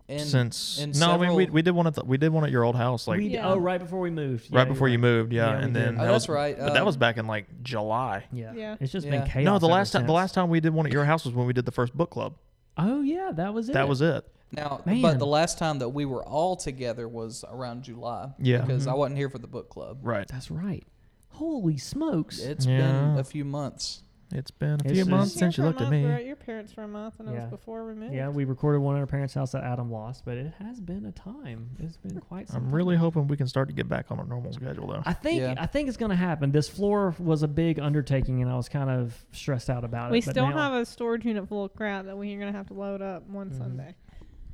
B: And-
A: Since
B: and
A: no, I mean we,
B: several-
A: we did one at the, we did one at your old house like
C: We d-
D: Yeah.
C: Oh, right before we moved. Yeah,
A: right
C: you're
A: before you moved, yeah,
C: Yeah, we
A: and then
C: did.
B: Oh,
A: that
B: that's
A: was,
B: right.
A: but that
B: um,
A: was back in like July.
C: Yeah.
D: Yeah.
C: It's just
B: Yeah.
C: been
B: No,
C: chaos.
A: no, the
C: ever
A: last time
C: since.
A: the last time we did one at your house was when we did the first book club.
C: Oh yeah, that was it.
A: That was it.
B: Now,
C: Man.
B: but the last time that we were all together was around July.
A: Yeah.
B: Because I wasn't here for the book club.
A: Right.
C: That's right. Holy smokes!
B: It's
A: Yeah.
B: been a few months.
A: It's been a
C: It's
A: few
C: just-
A: months
D: Here
A: since you
D: for a
A: looked at
D: month. We were
A: me.
D: at your parents for a month, and it
C: Yeah.
D: was before we moved.
C: yeah, we recorded one at our parents' house that Adam lost, but it has been a time. It's been quite. Some
A: I'm
C: time.
A: really hoping we can start to get back on a normal schedule though.
C: I think
B: Yeah.
C: I think it's gonna happen. This floor was a big undertaking, and I was kind of stressed out about
D: We
C: it. but
D: still
C: now-
D: have a storage unit full of crap that we're gonna have to load up one Sunday.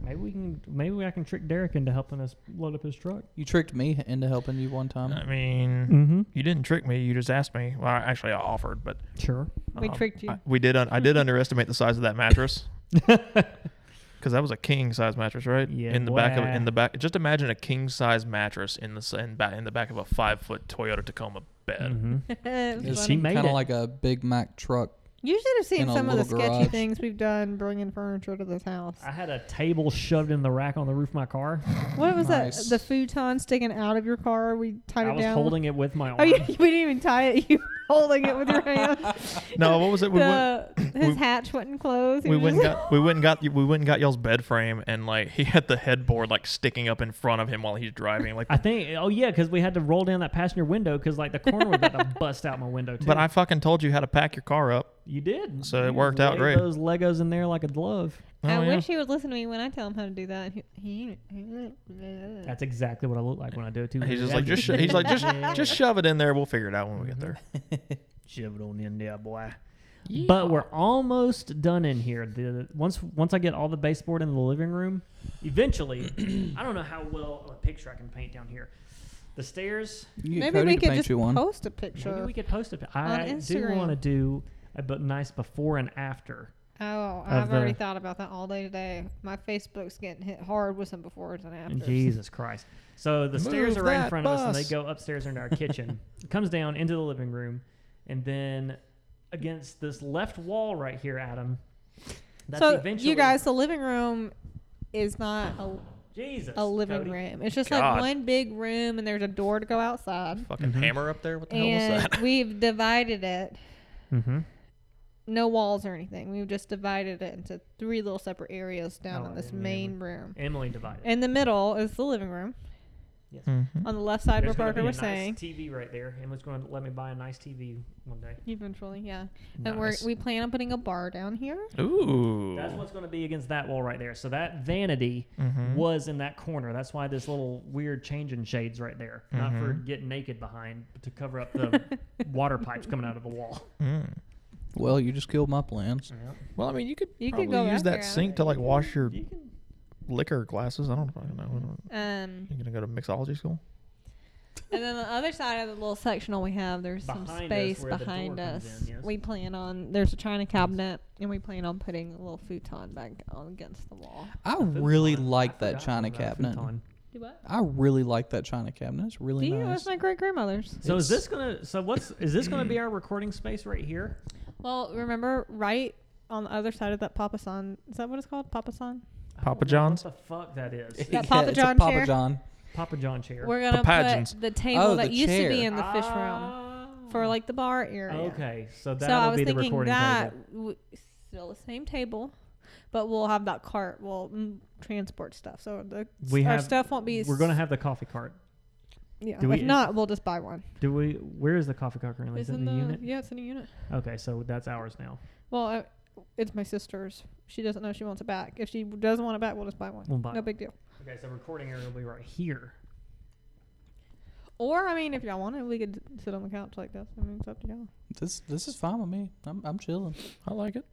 C: Maybe we can. Maybe I can trick Derek into helping us load up his truck.
B: You tricked me into helping you one
C: Um,
B: time.
A: I mean,
C: Mm-hmm.
A: you didn't trick me. You just asked me. Well, I- actually, I offered, but
C: Sure.
D: We
A: um,
D: tricked you.
A: I, we did. Un- I did underestimate the size of that mattress because that was a king size mattress, right?
C: Yeah,
A: In the back of
C: boy.
A: in the back. Just imagine a king size mattress in the s- in, ba- in the back of a five foot Toyota Tacoma bed.
C: Mm-hmm.
D: It was
C: Is
D: funny.
C: she made
B: Kind
C: it.
B: of like a Big Mac truck.
D: you should have seen
B: in a
D: some of the
B: little
D: sketchy
B: garage.
D: things we've done bringing furniture to this house.
C: I had a table shoved in the rack on the roof of my car.
D: What was
B: Nice.
D: that? The futon sticking out of your car? We tied
C: I
D: it
C: was
D: down.
C: holding it with my arm.
D: Oh, you, we didn't even tie it. You were holding it with your hand.
A: No, what was it? We went,
D: The, his
A: we-
D: hatch wouldn't close. He
A: we
D: was
A: went and
D: just-
A: got we went and got we went and got y'all's bed frame, and like he had the headboard like sticking up in front of him while he's driving. Like,
C: I think. Oh yeah, because we had to roll down that passenger window because like the corner was about to bust out my window too.
A: but I fucking told you how to pack your car up.
C: you did.
A: So it
C: You
A: worked out
C: laid
A: great.
C: Those Legos in there like a glove.
A: Oh,
D: I
A: yeah.
D: wish he would listen to me when I tell him how to do that. He, he,
C: That's exactly what I look like when I do it too.
A: He's just like just sho- he's like just just shove it in there. We'll figure it out when we get there.
C: shove it on in there, boy. But we're almost done in here. The, once once I get all the baseboard in the living room, eventually, I don't know how well of a picture I can paint down here. The stairs.
B: You get
D: maybe
B: Cody
D: we
B: to
D: could
B: paint
D: just
B: you one.
D: post a
C: Maybe
D: picture.
C: we could post it. I do
D: Instagram.
C: want to do a b- nice before and after.
D: oh, I've
C: the-
D: already thought about that all day today. My Facebook's getting hit hard with some befores and afters.
C: Jesus Christ. So the stairs
A: Move
C: are right in
A: that
C: front of us, and they
A: bus.
C: go upstairs into our kitchen. It comes down into the living room, and then against this left wall right here, Adam. That's
D: so
C: eventually
D: you guys, the living room is not a,
C: Jesus,
D: a living
C: Cody.
D: room. It's just
A: God.
D: like one big room, and there's a door to go outside.
A: Fucking hammer up there. What the hell was
D: And
A: that?
D: we've divided it.
C: Mm-hmm.
D: No walls or anything. We've just divided it into three little separate areas down
C: Oh,
D: in
C: I
D: this
C: didn't
D: main room.
C: Emily divided.
D: In the middle is the living room.
C: Yes.
B: Mm-hmm.
D: On the left side, where
C: There's gonna
D: Parker
C: be a
D: was
C: nice
D: saying.
C: TV right there. Emily's going to let me buy a nice TV one day.
D: Eventually, yeah. And we're,
A: Nice.
D: we plan on putting a bar down here.
A: Ooh.
C: That's what's going to be against that wall right there. So that vanity
A: Hmm?
C: was in that corner. That's why this little weird change in shades right there. Not for
A: Mm-hmm.
C: getting naked behind, but to cover up the water pipes coming out of the wall.
B: Well, you just killed my plans.
A: Well, I mean, you could
D: You could
A: probably
D: go
A: use
D: back there,
A: that
D: I
A: sink to like wash your
C: You can,
A: liquor glasses. I don't fucking know. I don't-
D: Um,
A: You gonna go to mixology school?
D: and then the other side of the little sectional we have, there's some
C: Behind us,
D: space
C: where the door
D: behind
C: comes
D: us.
C: in, yes.
D: We plan on there's a china cabinet, and we plan on putting a little futon back on against the wall.
B: I
C: futon.
B: really like
C: I
B: that
C: forgot
B: china
C: about
B: cabinet.
C: futon.
D: Do what?
B: I really like that china cabinet. It's
D: Do
B: really
D: you? It's
B: nice.
D: my great grandmother's.
C: So is this gonna? So what's is this gonna be our recording space right here?
D: Well, remember right on the other side of that Papa San. Is that what it's called? Papa San.
C: I don't
A: Papa
C: know
A: John's?
C: What the fuck that is?
D: That Papa
B: it's a
D: John
B: Papa
D: chair?
B: John.
C: Papa John chair. Ah.
D: We're gonna
A: Papagens.
D: put the table
B: Oh,
D: that
B: the
D: used to be
B: chair.
D: in the fish room for like the bar area.
C: Okay, so
D: So I
C: that'll
D: was
C: be the
D: thinking
C: recording
D: that
C: table.
D: w- still the same table, but we'll have that cart. We'll mm, transport stuff, so the
C: We
D: our
C: have-
D: stuff won't be.
C: We're gonna have the coffee cart.
D: Yeah,
C: do we-
D: if not, we'll just buy one.
C: Do we? Where is the coffee cart currently? Is it in the, unit?
D: yeah, it's in the unit.
C: Okay, so that's ours now.
D: Well, I, it's my sister's. She doesn't know she wants it back. If she doesn't want it back, we'll just buy one.
C: We'll buy
D: no
C: it.
D: big deal.
C: Okay, so recording area will be right here.
D: Or I mean, if y'all want it, we could sit on the couch like this. I mean, it's up to y'all.
B: This this is fine with me. I'm I'm chilling.
A: I like it.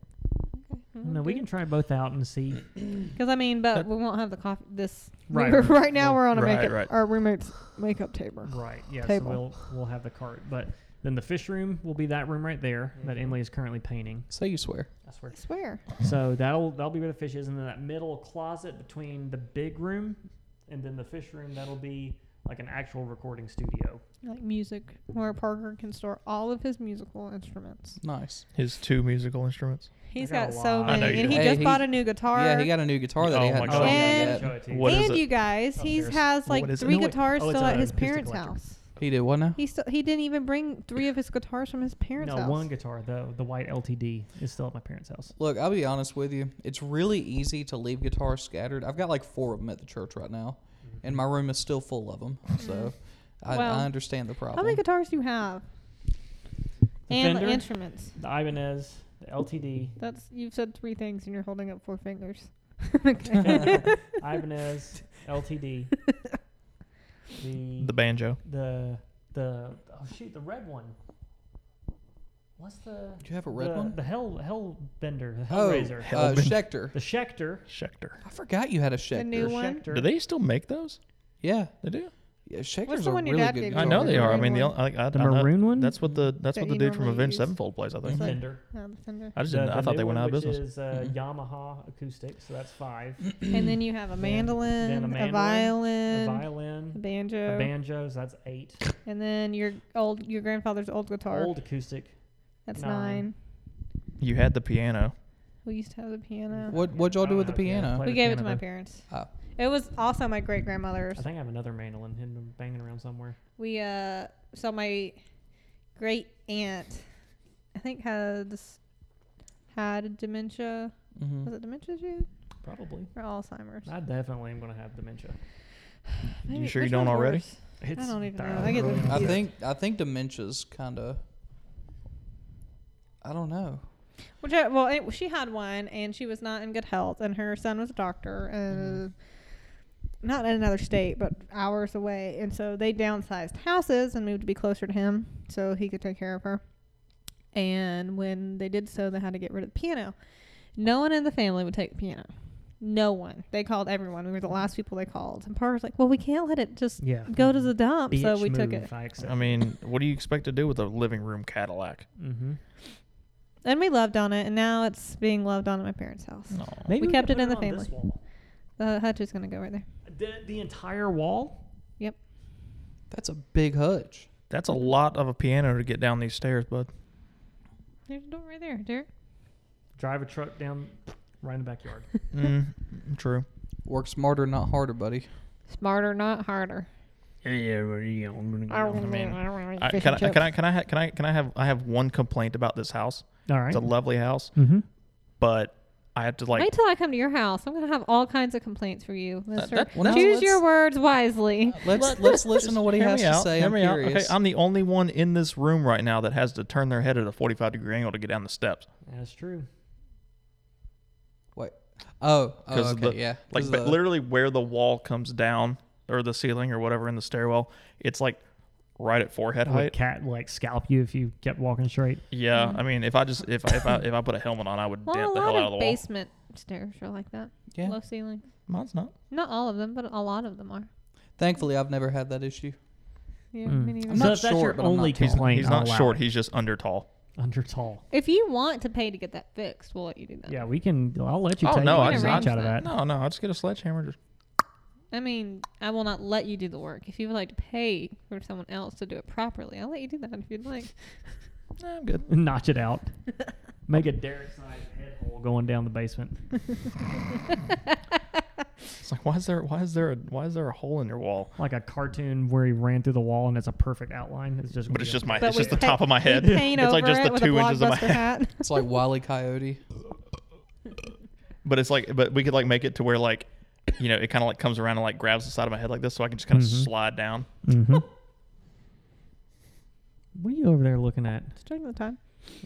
D: Oh,
C: No, we can try both out and see.
D: Mm-hmm. Because I mean, but we won't have the coffee. This
C: Right.
D: right. now, we're on a
A: Right,
D: makeup.
A: right.
D: Our roommate's makeup table.
C: Right. Yeah.
D: Table.
C: So we'll we'll have the cart, but Then the fish room will be that room right there that
D: Mm-hmm.
A: Mhm.
C: Emily is currently painting.
B: Say you swear.
C: I swear.
D: I swear.
C: So that'll that'll be where the fish is, and then that middle closet between the big room and then the fish room that'll be like an actual recording studio.
D: Like music, where Parker can store all of his musical instruments.
B: Nice.
A: His two musical instruments.
D: He's
C: got
D: got,
C: a
D: so
C: lot. I
A: know
D: many,
A: you
D: and
A: do.
D: he
B: Hey,
D: just
B: he-
D: bought a new guitar.
B: Yeah, he got a new guitar that
A: Oh
B: he hadn't
A: my
B: tried
A: God.
B: yet.
C: Show it to you.
A: What is
D: and
A: it?
D: you guys, he
A: Upstairs.
D: has like
A: What is it?
D: three
C: No, wait.
D: guitars
C: Oh, it's
D: still
C: a
D: at his
C: acoustic
D: parents'
C: electric.
D: house.
B: He did what now?
D: He still he didn't even bring three of his guitars from his parents'
C: No,
D: house.
C: one guitar though. The white LTD is still at my parents' house.
B: Look, I'll be honest with you. It's really easy to leave guitars scattered. I've got like four of them at the church right now, and my room is still full of them. So I,
D: Mm-hmm. Well,
B: I understand the
D: How
B: problem.
D: many guitars do you have?
C: The
D: and the
C: Fender,
D: instruments.
C: the Ibanez, the LTD,
D: That's you've said three things and you're holding up four fingers. okay.
C: Ibanez, LTD, the
A: The banjo.
C: the the oh shoot the red one. What's the
B: Do you have a red
C: the,
B: one?
C: The hell hellbender, the
B: Oh,
C: hellraiser,
B: uh,
A: Hellbent.
B: Schecter.
C: the Schecter.
A: Schecter.
B: I forgot you had a
D: the
B: Schecter.
D: new one.
C: Schecter.
A: Do they still make those?
B: yeah,
A: They do.
B: yeah. Schecter's
D: the
B: a
D: one your
B: really
D: dad
B: good.
D: gave you?
B: guitar.
A: I know they are. I mean,
D: Maroon
A: the,
D: one.
A: I, I,
C: The
A: I know-
C: maroon one?
A: That's what the that's
D: That
A: what the
D: you
A: dude from
D: normally
A: Avenged
D: use.
A: Sevenfold plays. I think.
D: Like-
C: Fender.
D: Oh, the Fender.
A: I just
C: The,
A: didn't. I
C: the
A: thought they
C: new
A: went
C: one,
A: out of
C: which
A: business.
C: Is uh,
B: Mhm.
C: Yamaha acoustic, so that's five.
D: and then you have a mandolin,
C: Then a
D: a,
C: mandolin, a
D: violin,
C: a
D: a
C: violin,
D: banjo,
C: a banjo, so that's eight.
D: and then your old your grandfather's old guitar.
C: Old acoustic.
D: That's
C: nine.
D: nine.
A: You had the piano.
D: We used to have the piano.
B: What What'd y'all do with the piano?
C: Play
D: We
C: the
D: gave it
C: piano,
D: to my
C: though.
D: parents.
B: Oh.
D: It was also my great grandmother's.
C: I think I have another mandolin hidden banging around somewhere.
D: We uh so my great aunt I think has had dementia.
B: Mhm.
D: Was it dementia she had?
C: Probably.
D: Or Alzheimer's?
C: I definitely am gonna have dementia.
A: You sure you don't already?
C: It's
D: don't even know.
C: dire.
D: I get the-
B: I
D: Yeah.
B: think I think dementia's kind of. I don't know.
D: Which I, well, it, she had one, and she was not in good health, and her son was a doctor, and
C: Mm-hmm.
D: not in another state, but hours away, and so they downsized houses and moved to be closer to him, so he could take care of her. And when they did so, they had to get rid of the piano. No one in the family would take the piano. No one. They called everyone. We were the last people they called. And Parker's like, "Well, we can't let it just
C: Yeah.
D: go to the dump."
C: Bitch
D: so we took
C: move,
D: it,
C: I accept.
A: I mean, what do you expect to do with a living room Cadillac?
C: mm-hmm.
D: and we loved on it. And now it's being loved on at my parents' house.
A: No.
C: Maybe
D: We
C: could
D: kept it
C: put
D: in the
C: on this
D: family.
C: wall.
D: The hutch is gonna go right there.
C: The, the entire wall.
B: That's a big hutch.
A: That's a lot of a piano to get down these stairs, bud.
D: There's a door right there, Derek.
C: Drive a truck down right in the backyard.
A: Mm, true.
B: Work smarter, not harder, buddy.
D: Smarter, not harder.
A: I mean, I, can, I, can I can I ha- can I can I have I have one complaint about this house?
C: All right.
A: It's a lovely house,
C: mm-hmm.
A: but I have to
D: Wait
A: like.
D: till I come to your house. I'm gonna have all kinds of complaints for you, Mister.
A: that-
B: Well, now
D: Choose
B: let's-
D: your words wisely.
B: Let's let's listen to what he
A: Hear
B: has
A: me
B: to
A: out,
B: say.
A: hear
B: I'm
A: me out. Okay,
B: curious.
A: I'm the only one in this room right now that has to turn their head at a 45 degree angle to get down the steps.
C: That's true.
B: Wait. Oh, oh,
A: 'Cause of
B: okay,
A: the-
B: yeah.
A: Like
B: 'Cause
A: but
B: the-
A: literally where the wall comes down or the ceiling or whatever in the stairwell, it's like right at forehead
C: Would
A: height.
C: cat like scalp you if you kept walking straight?
A: Yeah, I mean if I just if I, if I if I put a helmet on, I would
D: Well,
A: dent
D: a
A: the hell out of
D: lot
A: the
D: of
A: wall.
D: basement stairs are like that.
B: Yeah.
D: Low ceilings.
A: Mine's not.
D: Not all of them, but a lot of them are.
B: Thankfully, I've never had that issue.
D: Yeah,
A: Hmm.
C: Mm.
D: me neither.
B: I'm
C: so
B: not
C: if that's
B: short,
C: your
B: but I'm
C: only
B: not tall.
C: complaint,
A: He's not
C: I'll allow
A: short.
C: it.
A: He's just under tall.
C: under tall.
D: if you want to pay to get that fixed, we'll let you do that.
C: Yeah, we can. I'll let you
A: Oh
C: take
A: no,
D: can
A: I
C: advantage
A: just
D: arrange
C: out of that.
D: that.
A: no no. I just get a sledgehammer. Just
D: I mean, I will not let you do the work. If you would like to pay for someone else to do it properly, I'll let you do that if you'd like.
A: nah, I'm good.
C: Notch it out. Make a Derek size head hole going down the basement.
A: It's like why is there why is there a, why is there a hole in your wall?
C: Like a cartoon where he ran through the wall and it's a perfect outline. It's just
A: But it's
C: real.
A: just my
D: But
A: it's
D: we
A: just the
D: pa-
A: top of my head.
D: We paint
A: It's
D: over
A: like just
D: it
A: the
D: with
A: two
D: a
A: inches of my
D: Blockbuster
A: head.
D: hat.
B: It's like Wile E. Coyote.
A: But it's like, but we could like make it to where like, you know, it kind of like comes around and like grabs the side of my head like this, so I can just kind of
C: Mhm.
A: slide down.
C: Mhm. what are you over there looking at?
D: Just checking the time.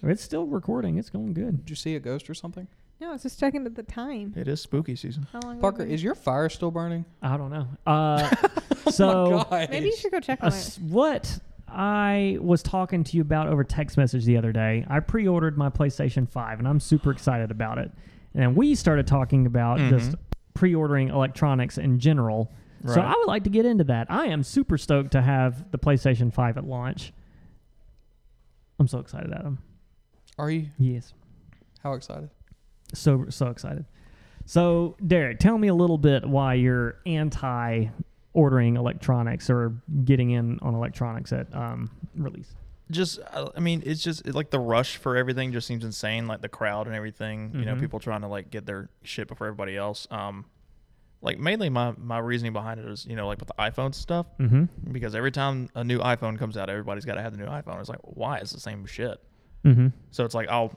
C: It's still recording. It's going good.
B: Did you see a ghost or something?
D: No, it's just checking at the time.
A: It is spooky season.
D: How long? we've
B: Parker,
D: been-
B: is your fire still burning?
C: I don't know. Uh,
B: Oh
C: so
D: Maybe you should go check
C: a
D: on
C: s-
D: it.
C: what I was talking to you about over text message the other day, I pre-ordered my PlayStation 5 and I'm super excited about it. And we started talking about just
A: Mhm.
C: pre-ordering electronics in general. So
A: Right.
C: I would like to get into that. I am super stoked to have the PlayStation 5 at launch. I'm so excited, Adam.
B: Are you?
C: Yes.
B: How excited?
C: So so excited. So Derek, tell me a little bit why you're anti ordering electronics or getting in on electronics at um, release.
A: just uh, I I mean, it's just it, like the rush for everything just seems insane. Like the crowd and everything, you know,
C: Mhm.
A: people trying to like get their shit before everybody else. Um, like mainly my my reasoning behind it is you know like with the iPhone stuff
C: Mm-hmm.
A: because every time a new iPhone comes out, everybody's got to have the new iPhone. It's like why it's the same shit.
C: Mm-hmm.
A: So it's like I'll,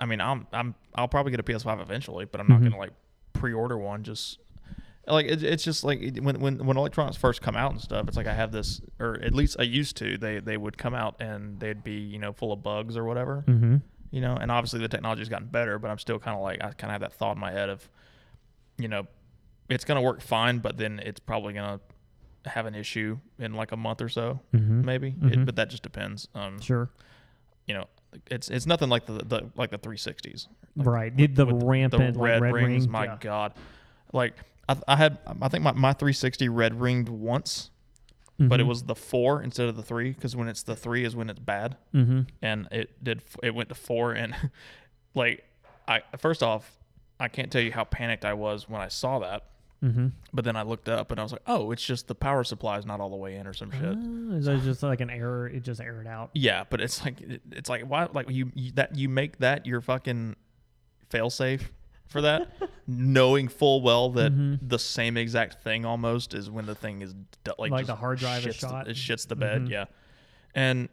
A: I mean I'm I'm I'll probably get a PS5 eventually, but I'm
C: Mhm.
A: not gonna like pre-order one just. Like it, it's just like it- when, when when electronics first come out and stuff, it's like I have this, or at least I used to. They they would come out and they'd be you know full of bugs or whatever,
C: Mm-hmm.
A: you know. And obviously the technology's gotten better, but I'm still kind of like I kind of have that thought in my head of, you know, it's gonna work fine, but then it's probably gonna have an issue in like a month or so,
C: Mm-hmm.
A: maybe. It,
C: Mhm.
A: but that just depends. Um,
C: Sure.
A: you know, it's it's nothing like the, the like the 360s. Like,
C: right. The, the
A: with
C: rampant
A: the
C: like,
A: red, rings.
C: ring.
A: My
C: yeah.
A: God, like I, I had I think my, my 360 red ringed once, but it
C: Mhm.
A: was the four instead of the three because when it's the three is when it's bad,
C: Mhm.
A: and it did f- it went to four and like I first off I can't tell you how panicked I was when I saw that.
C: Mhm.
A: But then I looked up and I was like, "Oh, it's just the power supply is not all the way in or some shit."
C: Oh, so it's just like an error. It just errored out.
A: Yeah, but it's like it- it's like why like you, you that you make that your fucking failsafe for that, knowing full well that
C: Mhm.
A: the same exact thing almost is when the thing is d- like
C: Like
A: just
C: the hard drive
A: shits
C: is shot.
A: The, it shits the bed,
C: Mhm.
A: yeah, and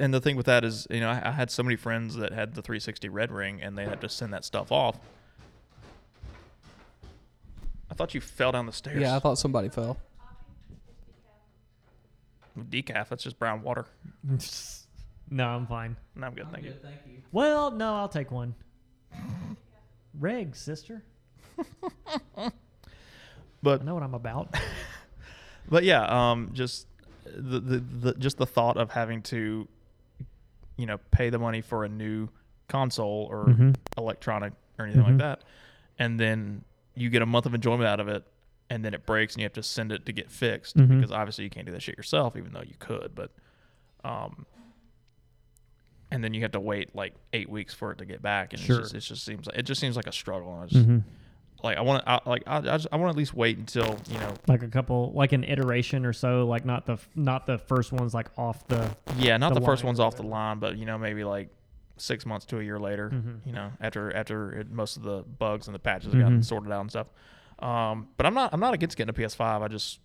A: and the thing with that is you know I, I had so many friends that had the 360 Red Ring and they had to send that stuff off. I thought you fell down the stairs.
B: Yeah, I thought somebody fell.
A: decaf. That's just brown water.
C: no, I'm fine.
A: No, I'm good. Thank you.
B: thank you.
C: Well, no, I'll take one. Reg, sister.
A: But
C: I know what I'm about.
A: but yeah, um, just the, the the just the thought of having to, you know, pay the money for a new console or
C: Mhm.
A: electronic or anything
C: Mhm.
A: like that, and then you get a month of enjoyment out of it, and then it breaks, and you have to send it to get fixed
C: Mhm.
A: because obviously you can't do that shit yourself, even though you could, but, um. And then you have to wait like eight weeks for it to get back, and
C: Sure.
A: it's just, it just seems like it just seems like a struggle. And I just
C: mm-hmm.
A: like I want to like I, I, just, I want to at least wait until you know
C: Like a couple, like an iteration or so. Like not the not the first ones like off the.
A: Yeah, not
C: the
A: the, first
C: line or
A: ones off the line, but you know maybe like six months to a year later.
C: Mhm.
A: You know after after it, most of the bugs and the patches have gotten
C: Mhm.
A: sorted out and stuff. Um, but I'm not I'm not against getting a PS5. I just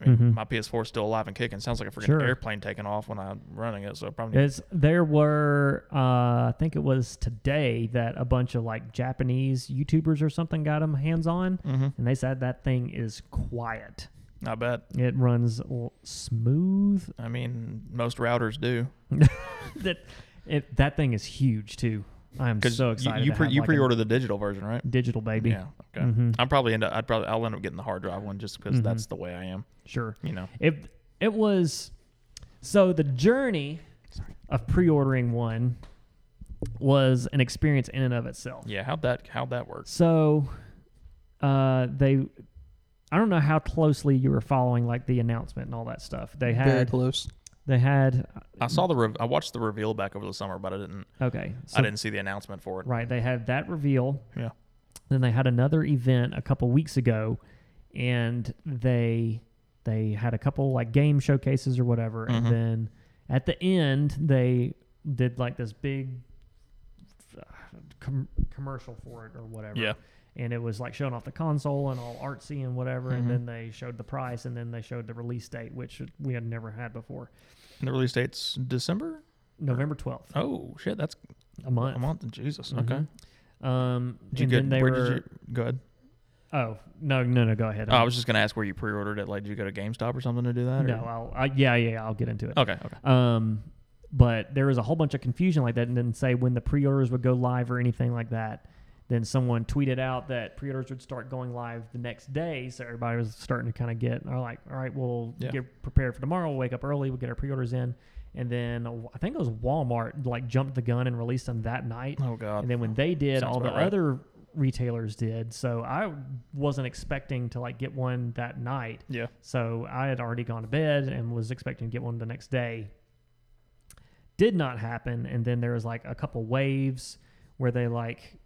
A: I mean,
C: Mhm.
A: my PS4 is still alive and kicking. Sounds like a freaking
C: Sure.
A: airplane taking off when I'm running it. So I probably
C: It's, there were, uh, I think it was today that a bunch of like Japanese YouTubers or something got them hands on,
A: Mhm.
C: and they said that thing is quiet.
A: I bet.
C: It runs l- smooth.
A: I mean, most routers do
C: that it, that thing is huge too. I am so excited.
A: you, you
C: to
A: pre
C: have,
A: you
C: like, a
A: pre-order the digital version, right?
C: digital baby.
A: Yeah. Okay.
C: Mhm.
A: I'm probably end up, I'd probably I'll end up getting the hard drive one just
C: Mm-hmm.
A: because that's the way I am.
C: Sure.
A: You know.
C: It it was so the journey of pre-ordering one was an experience in and of itself.
A: Yeah. How'd that How'd that work?
C: So uh, they, I don't know how closely you were following like the announcement and all that stuff. They
B: Very
C: had
B: close.
C: they had
A: I saw the rev I watched the reveal back over the summer, but I didn't
C: okay. So,
A: I didn't see the announcement for it.
C: Right. They had that reveal.
A: Yeah.
C: Then they had another event a couple weeks ago, and they they had a couple like game showcases or whatever,
A: Mhm.
C: and then at the end they did like this big uh, com- commercial for it or whatever.
A: Yeah.
C: And it was like showing off the console and all artsy and whatever,
A: Mhm.
C: and then they showed the price, and then they showed the release date, which we had never had before,
A: And the release date's December?
C: November twelfth,
A: Oh shit, that's
C: a month.
A: a month. Jesus. Okay.
C: Mhm. Um,
A: Did you
C: and
A: get
C: then they
A: where
C: were,
A: did you go ahead?
C: Oh no, no, no. Go ahead.
A: Oh, I was just gonna ask where you pre ordered it. Like did you go to GameStop or something to do that? or- Oh.
C: no, I'll. I, yeah, yeah, yeah, I'll get into it.
A: Okay, okay.
C: Um, but there was a whole bunch of confusion like that, and then say when the pre-orders would go live or anything like that. Then someone tweeted out that pre-orders would start going live the next day, so everybody was starting to kind of get, all like, all right, we'll
A: Yeah.
C: get prepared for tomorrow. We'll wake up early. We'll get our pre-orders in, and then uh, I think it was Walmart like jumped the gun and released them that night.
A: Oh god.
C: And then when they did,
A: Sounds
C: all the
A: about right.
C: other retailers did. So I wasn't expecting to like get one that night.
A: yeah.
C: So I had already gone to bed and was expecting to get one the next day. did not happen. And then there was like a couple waves where they like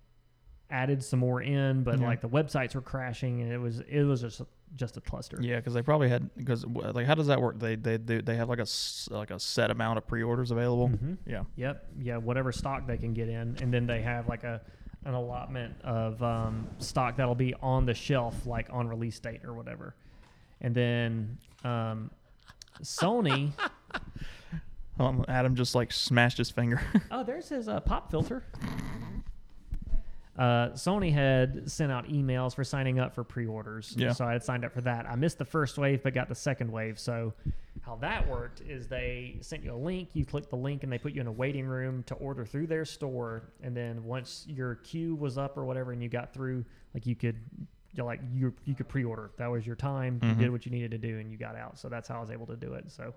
C: added some more in, but
A: Yeah.
C: like the websites were crashing, and it was it was just just a cluster.
A: Yeah, because they probably had because like how does that work? They they they, they have like a s- like a set amount of pre-orders available.
C: Mhm.
A: Yeah,
C: Yep. Yeah. Whatever stock they can get in, and then they have like a an allotment of um, stock that'll be on the shelf like on release date or whatever, and then um, Sony.
A: um, Adam just like smashed his finger.
C: oh, there's his uh, pop filter. Uh, Sony had sent out emails for signing up for pre-orders,
A: Yeah.
C: so I had signed up for that. I missed the first wave, but got the second wave. So, how that worked is they sent you a link. You clicked the link, and they put you in a waiting room to order through their store. And then once your queue was up or whatever, and you got through, like you could, you like you you could pre-order. That was your time. You did what you needed to do, and you got out. So that's how I was able to do it. So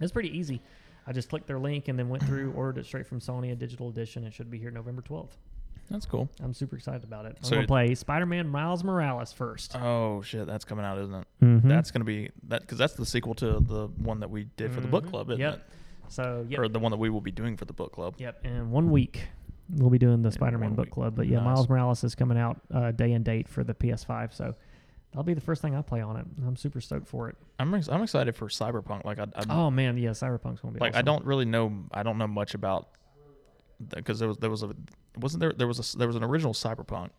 C: it's pretty easy. I just clicked their link and then went through, ordered it straight from Sony, a digital edition. It should be here November 12th.
A: That's cool.
C: I'm super excited about it. I'm
A: So
C: going
A: it-
C: to play Spider Man Miles Morales 1st
A: Oh shit, that's coming out, isn't it?
C: Mm-hmm.
A: That's gonna be that because that's the sequel to the one that we did for the book club, isn't
C: Mm-hmm. Yep.
A: it?
C: So, yep.
A: Or the one that we will be doing for the book club.
C: yep. In one week, we'll be doing the Spider Man
A: one
C: book
A: week.
C: club. But yeah,
A: Nice.
C: Miles Morales is coming out uh, day and date for the PS5. So that'll be the first thing I play on it. I'm super stoked for it.
A: I'm ex- I'm excited for Cyberpunk. Like I, I
C: Oh, man. Yeah, Cyberpunk's going
A: Mm.
C: to be
A: like I
C: awesome.
A: don't really know I don't know much about because there was there was a wasn't there there was a s- there was an original Cyberpunk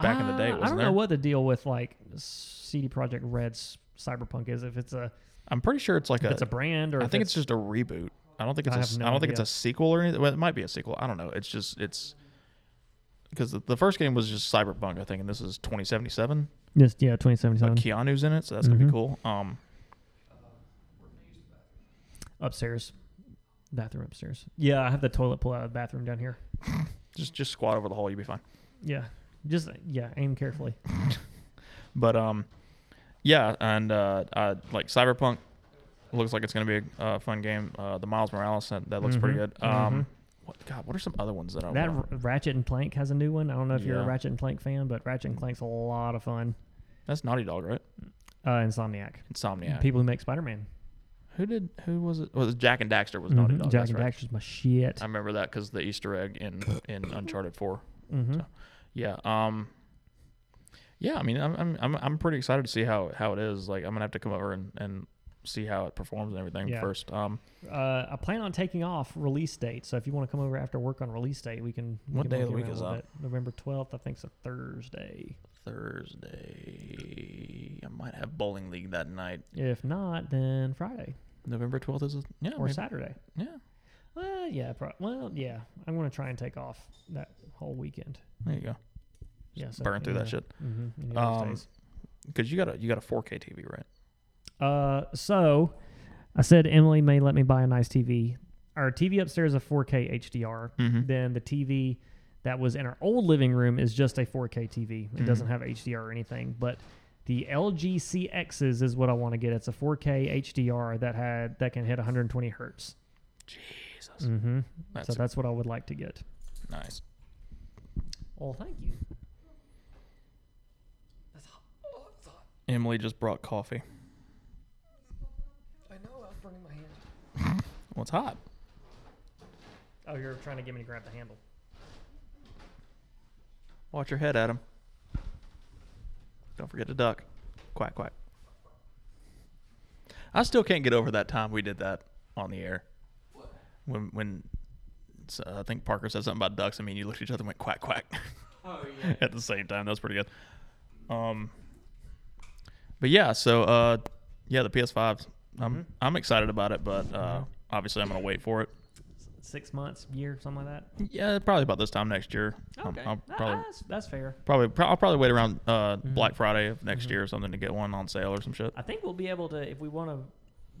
A: back in the day.
C: Uh,
A: Wasn't
C: I don't
A: there?
C: know what the deal with like CD Project Red's Cyberpunk is. If it's a
A: I'm pretty sure it's like
C: if
A: a
C: it's a brand or
A: I
C: if
A: think it's, just a reboot. I don't think it's
C: I
A: a
C: have
A: s-
C: no
A: I don't think
C: idea.
A: it's a sequel or anything. Well, it might be a sequel. I don't know. It's just it's because the, the first game was just Cyberpunk, I think, and this is 2077.
C: Just yeah,
A: Uh,
C: 2077
A: Keanu's in it, so that's gonna
C: Mhm.
A: be cool. Um,
C: upstairs, bathroom upstairs. Yeah, I have the toilet pull out of the bathroom down here.
A: just just squat over the hole, you'll be fine.
C: Yeah, just yeah, aim carefully.
A: But um, yeah, and uh, uh like Cyberpunk looks like it's gonna be a uh, fun game. Uh, the Miles Morales that, that looks pretty
C: Mhm.
A: good. Um,
C: Mhm.
A: what, God, what are some other ones that I
C: that
A: wanna-
C: R- Ratchet and Clank has a new one. I don't know if you're a
A: Oh, Yeah.
C: Ratchet and Clank fan, but Ratchet and Clank's a lot of fun.
A: that's Naughty Dog, right?
C: Uh, Insomniac,
A: Insomniac.
C: people who make Spider-Man.
A: who did who was it? Was it Jack and Daxter was Naughty
C: Mhm.
A: Dog?
C: Jack
A: that's
C: and
A: right.
C: Daxter's my shit.
A: I remember that because the Easter egg in in Uncharted Four.
C: hmm
A: Yeah. Um. Yeah. I mean, I'm I'm I'm I'm pretty excited to see how how it is. Like, I'm gonna have to come over and and see how it performs and everything
C: Yeah.
A: first. Um.
C: Uh, I plan on taking off release date, so if you want to come over after work on release date, we can. we
A: What
C: can
A: day of
C: monkey
A: the week
C: around a
A: is
C: little
A: that?
C: bit. November twelfth, I think, it's a Thursday.
A: Thursday. I might have bowling league that night.
C: If not, then Friday
A: November 12th is a, yeah.
C: or
A: maybe-
C: Saturday.
A: Yeah.
C: Well, yeah. Pro- well, yeah. I'm gonna try and take off that whole weekend.
A: There you go.
C: Yeah, so
A: Burn through
C: yeah.
A: that shit.
C: Mhm, any of those
A: Um,
C: days.
A: Because you got a you got a 4K TV, right?
C: Uh, so I said Emily may let me buy a nice TV. Our TV upstairs is a 4K HDR.
A: Mhm.
C: Then the TV that was in our old living room is just a 4K TV. It doesn't have HDR or anything, but the LG CXs is what I want to get. It's a 4K HDR that had that can hit 120 hertz.
A: Jesus.
C: Mm-hmm. so
A: That's
C: that's what I would like to get.
A: nice.
C: Well, thank you.
A: Emily just brought coffee.
C: I know I was burning my hand.
A: Well, it's hot.
C: Oh, you're trying to get me to grab the handle.
A: Watch your head, Adam. Don't forget to duck. Quack, quack. I still can't get over that time we did that on the air. When, when s- uh, I think Parker said something about ducks, I mean, you looked at each other and went quack, quack
B: Oh yeah.
A: at the same time. That was pretty good. Um, but yeah, so uh, yeah, the PS5. I'm I'm excited about it, but uh, obviously I'm gonna wait for it.
C: Six months, year, something like that.
A: Yeah, probably about this time next year. I'm-
C: Okay,
A: I'll
C: Ah,
A: probably
C: that's, that's fair.
A: Probably, pro- I'll probably wait around uh, Black Friday of next year or something to get one on sale or some shit.
C: Mm-hmm. I think we'll be able to if we want to.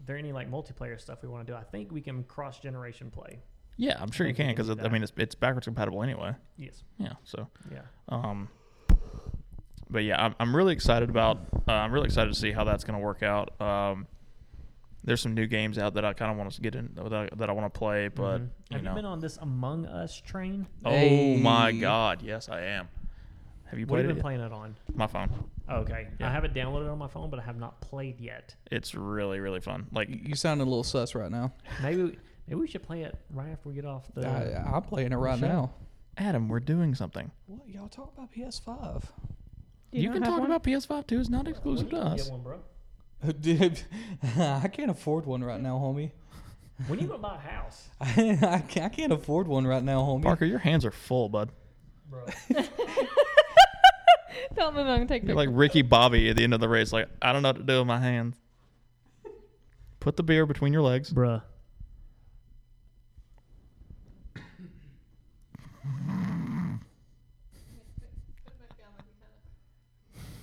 C: There any like multiplayer stuff we want to do? I think we can cross generation play.
A: Yeah, I'm sure you can
C: think we can
A: because
C: do
A: I
C: that.
A: mean it's it's backwards compatible anyway.
C: Yes.
A: Yeah, so
C: Yeah.
A: um, but yeah, I'm, I'm really excited about. Uh, I'm really excited to see how that's gonna work out. Um, there's some new games out that I kind of want to get in that I, that I want to play, but
C: Mhm.
A: you
C: have
A: know.
C: you been on this Among Us train?
A: oh my
B: Hey.
A: god, yes I am. Have you
C: What
A: played
C: have you
A: it?
C: been playing it on? Oh,
A: yet? My phone.
C: okay, I
A: Yeah.
C: have it downloaded on my phone, but I have not played yet.
A: It's really really fun. Like
B: You sound a little sus right now.
C: Maybe Maybe we should play it right after we get off the.
B: I, I'm playing it right
C: show.
B: now.
A: Adam, we're doing something.
B: What y'all talk about PS5?
C: Do you,
A: you
C: not
A: can
C: have
A: talk
C: one?
A: about PS5 too. It's not exclusive to
C: Get
A: us.
C: one, bro.
B: Uh, Dude, I can't afford one right now, homie.
C: When you gonna buy a house,
B: I, I can't- I can't afford one right now, homie.
A: Parker, your hands are full, bud.
C: bro?
D: Don't move on. Take
A: You're
D: pictures.
A: like Ricky Bobby at the end of the race. Like, I don't know what to do with my hands. Put the beer between your legs.
C: Bruh.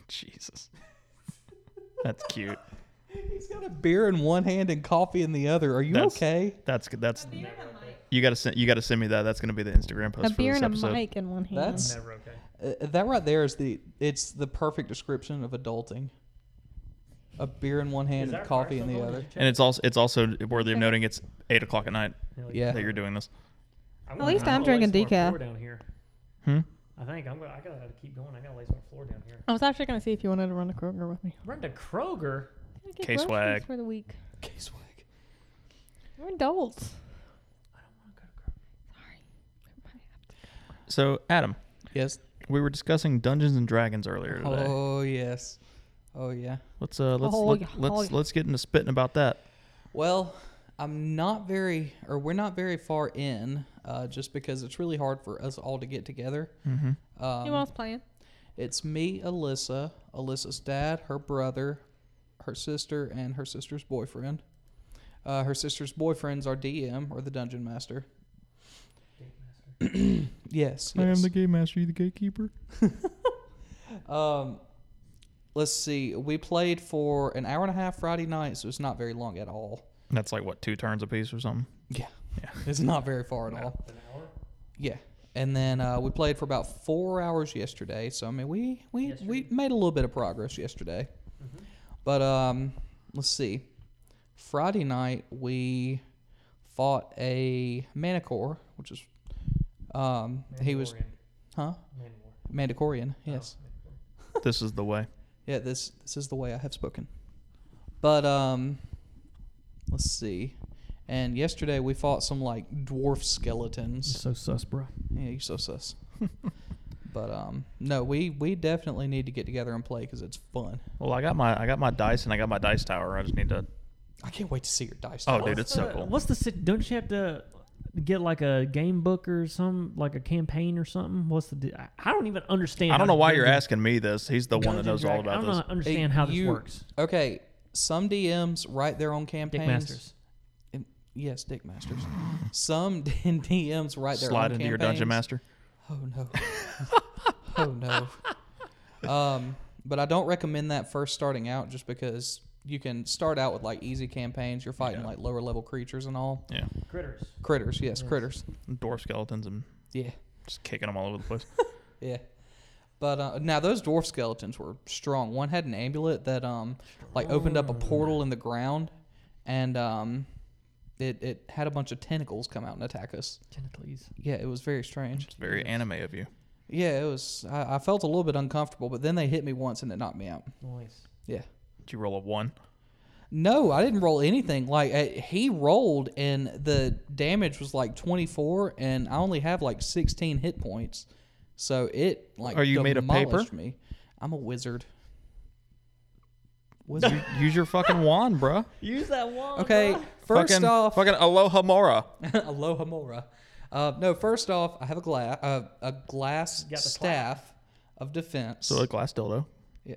A: Jesus. That's cute.
B: He's got a beer in one hand and coffee in the other. Are you
A: That's-
B: okay?
A: That's good. That's you gotta send you gotta send me that. That's gonna be the Instagram
D: a
A: post for
D: beer
A: this
D: and a
A: episode.
D: mic in one hand.
B: That's
C: Never okay.
B: uh, that right there is the it's the perfect description of adulting. A beer in one hand and coffee in the other.
A: And it's also it's also worthy of noting it's eight o'clock at night
B: Yeah.
A: that you're doing this.
D: At least I'm drinking decaf.
C: Down here.
A: Hmm?
C: I think I'm gonna. I gotta keep going. I gotta lace my floor down here.
D: I was actually gonna see if you wanted to run to Kroger with me.
C: Run to Kroger.
D: Get
A: Case
D: groceries
A: swag.
D: for the week.
B: Case wag.
D: We're adults.
C: I don't want to go to Kroger.
A: So Adam,
B: Yes.
A: we were discussing Dungeons and Dragons earlier today.
B: Oh yes. Oh yeah.
A: Let's uh let's
D: Oh,
A: let,
D: yeah.
A: let's
D: Oh, yeah.
A: let's get into spitting about that.
B: Well, I'm not very, or we're not very far in, uh, just because it's really hard for us all to get together. Mm-hmm. Um,
D: Who else playing?
B: It's me, Alyssa, Alyssa's dad, her brother, her sister, and her sister's boyfriend. Uh, her sister's boyfriend's our DM or the dungeon master. yes, yes.
A: game master, you the gatekeeper.
B: um, let's see. We played for an hour and a half Friday night, so it's not very long at all.
A: That's like what two turns apiece or something.
B: Yeah,
A: Yeah.
B: it's not very far at all.
C: An hour.
B: Yeah. And then uh, we played for about four hours yesterday. So I mean, we we, we made a little bit of progress yesterday.
C: Mm-hmm.
B: But um, let's see. Friday night we fought a manticore, which is um, he was
C: Mandalorian.
B: huh
C: Mandalorian.
B: Mandicorian. Yes.
A: this is the way.
B: Yeah. This this is the way I have spoken. But um, let's see. And yesterday we fought some like dwarf skeletons.
C: So sus, bro.
B: Yeah, you're so sus. but um, no, we we definitely need to get together and play because it's fun.
A: Well, I got my I got my dice and I got my dice tower. I just need to.
B: I can't wait to see your dice.
A: Oh,
B: tower.
A: dude, it's so
C: Uh,
A: cool.
C: What's the? sit- Don't you have to get like a game book or some like a campaign or something? What's the? di- I- I don't even understand.
A: I
C: how
A: don't know why
C: Dungeons-
A: you're asking me this. He's the one that
C: Dungeons
A: knows all
C: Dragons- I
A: about
C: don't
A: this.
C: know- understand how this
B: you-
C: works.
B: Okay, some DMs write their own campaigns.
C: Dick Masters.
B: And- yes, Dick Masters. some DMs write their
A: Slide
B: own
A: into your dungeon master.
B: campaigns. Oh no. oh no. Um, but I don't recommend that first starting out just because you can start out with like easy campaigns. You're fighting
A: Yeah.
B: like lower level creatures and all
A: Yeah,
C: Critters.
B: critters. Yes, critters.
A: dwarf skeletons and
B: Yeah.
A: just kicking them all over the place.
B: Yeah. But uh, now those dwarf skeletons were strong. One had an amulet that um like opened up a portal in the ground and um it, it had a bunch of tentacles come out and attack us.
C: Genitals.
B: Yeah, it was very strange.
A: It's very anime of you.
B: Yeah, it was I, I felt a little bit uncomfortable, but then they hit me once and it knocked me out.
C: Nice.
B: Yeah.
A: Did you roll a one?
B: No, I didn't roll anything. Like uh, he rolled and the damage was like 24 and I only have like 16 hit points. So it like
A: Are you made of paper?
B: demolished me. I'm a wizard. Wizard.
A: Use your fucking wand, bruh.
C: Use that one.
B: okay, first
A: fucking,
B: off,
A: fucking Aloha Mora.
B: Aloha Mora. Uh, no, first off, I have a glass uh, a glass
C: got the
B: staff of defense.
A: So a glass dildo.
B: yeah.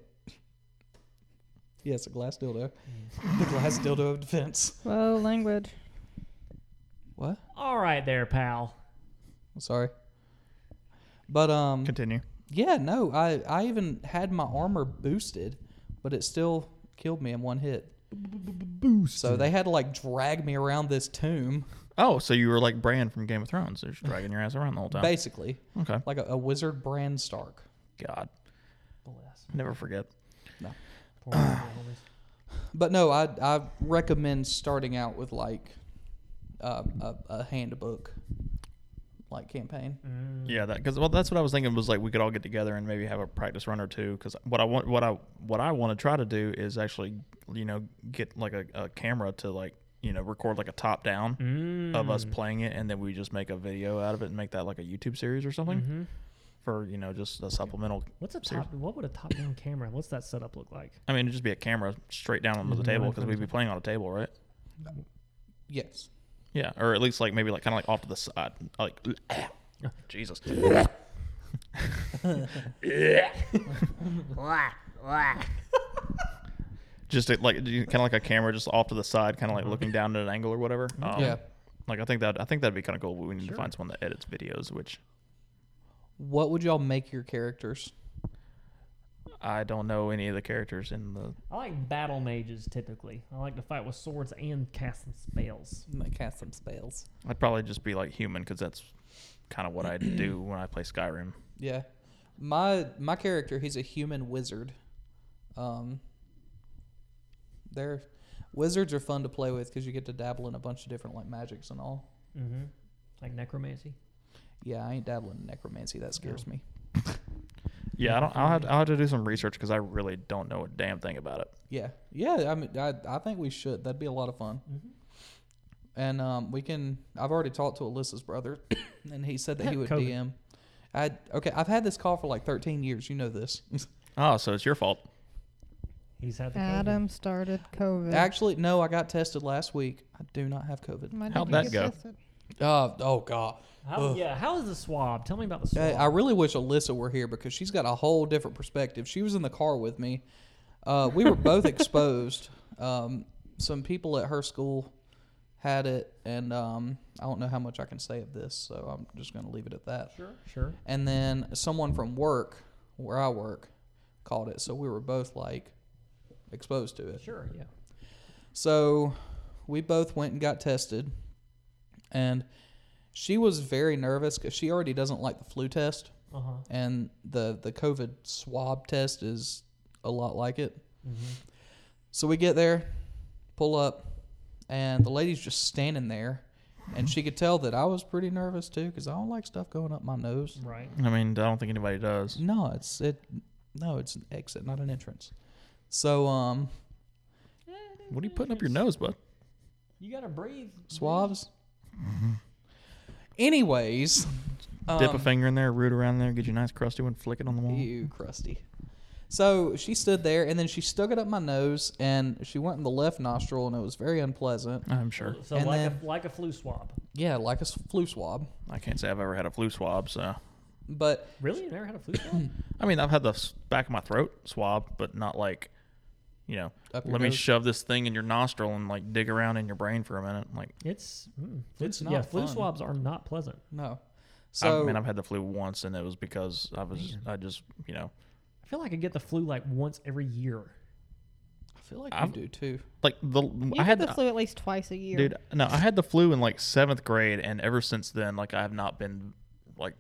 B: Yes, a glass dildo. the glass dildo of defense.
D: Whoa, language.
B: What?
C: All right, there, pal.
B: I'm sorry. But um
A: Continue.
B: yeah, no, I I even had my armor boosted, but it still killed me in one hit. Boost. So they had to like drag me around this tomb
A: Oh, so you were like Bran from Game of Thrones. They're just dragging your ass around the whole time.
B: basically,
A: Okay.
B: like a, a wizard Bran Stark.
A: God,
C: Bless.
A: never forget.
C: Poor little homies.
B: But no, I I recommend starting out with like uh, a a handbook like campaign.
A: Yeah, that because well, that's what I was thinking was like we could all get together and maybe have a practice run or two. Because what I want, what I what I want to try to do is actually, you know, get like a, a camera to like you know, record like a top down
C: Mm.
A: of us playing it, and then we just make a video out of it and make that like a YouTube series or something
C: Mhm.
A: for you know just a supplemental.
C: What's a
A: Serious.
C: top? What would a top-down camera? What's that setup look like?
A: I mean, it'd just be a camera straight down onto the
C: Mhm.
A: table because we'd be playing on a table, right?
B: Yes.
A: Yeah, or at least like maybe like kind of like off to the side, like Jesus. just it, like kind of like a camera just off to the side, kind of like looking down at an angle or whatever. Um,
B: yeah.
A: Like I think that I think that'd be kind of cool. but We need to find someone that edits videos, which
B: What would y'all make your characters?
A: I don't know any of the characters in the.
C: I like battle mages typically. I like to fight with swords and casting spells.
B: Cast some spells.
A: I'd probably just be like human because that's kind of what I do when I play Skyrim.
B: Yeah. My my character, he's a human wizard. Um they're wizards are fun to play with because you get to dabble in a bunch of different like magics and all.
C: Mm-hmm. Like necromancy.
B: Yeah, I ain't dabbling in necromancy. That scares me.
A: Yeah, I don't. I'll have to, I'll have to do some research because I really don't know a damn thing about it.
B: Yeah, yeah. I mean, I, I think we should. That'd be a lot of fun. And um, we can. I've already talked to Alyssa's brother, and he said that he would
C: COVID.
B: DM. I okay. I've had this call for like 13 years. You know this.
A: Oh, so it's your fault.
C: He's had the COVID.
D: Adam started COVID.
B: Actually, no. I got tested last week. I do not have COVID.
D: My
A: How'd
D: dad
A: that
D: gets
A: go?
D: tested.
B: Uh, oh God.
C: How, yeah. How is the swab? Tell me about the swab.
B: Hey, Uh, I really wish Alyssa were here because she's got a whole different perspective. She was in the car with me. Uh, we were both exposed. Um, some people at her school had it, and um, I don't know how much I can say of this, so I'm just going to leave it at that.
C: sure. Sure.
B: And then someone from work, where I work, caught it, so we were both like exposed to it.
C: Sure. Yeah.
B: So we both went and got tested, and she was very nervous because she already doesn't like the flu test
C: Uh huh.
B: and the the COVID swab test is a lot like it.
A: Mm-hmm.
B: So we get there, pull up, and the lady's just standing there, and she could tell that I was pretty nervous too because I don't like stuff going up my nose.
C: Right.
A: I mean, I don't think anybody does.
B: No, it's it. No, it's an exit, not an entrance. So um,
A: What are you putting up your nose, bud?
C: You gotta breathe.
B: swabs. Anyways,
A: Dip a
B: um,
A: finger in there, root around there, get you a nice crusty one, flick it on the wall.
B: Ew, crusty. So she stood there, and then she stuck it up my nose, and she went in the left nostril, and it was very unpleasant.
A: I'm sure.
C: So
B: And
C: like
B: then-
C: a like a flu swab.
B: Yeah, like a s- flu swab.
A: I can't say I've ever had a flu swab, so.
B: But
C: Really? You never had a flu swab?
A: I mean, I've had the s- back of my throat swab, but not like, you know,
B: Up your
A: let me
B: nose?
A: shove this thing in your nostril and like dig around in your brain for a minute. Like,
C: it's mm, flu-
B: It's
C: yeah.
B: not
C: Flu
B: fun.
C: swabs are not pleasant.
B: no.
A: I
B: So
A: mean, I've had the flu once, and it was because I was, I just, you know,
C: I feel like I get the flu like once every year.
B: I feel like
A: I've-
B: you do too.
A: like the
D: You
A: I
D: get
A: had
D: the flu at least twice a year.
A: Dude, no, I had the flu in like seventh grade, and ever since then, like I have not been like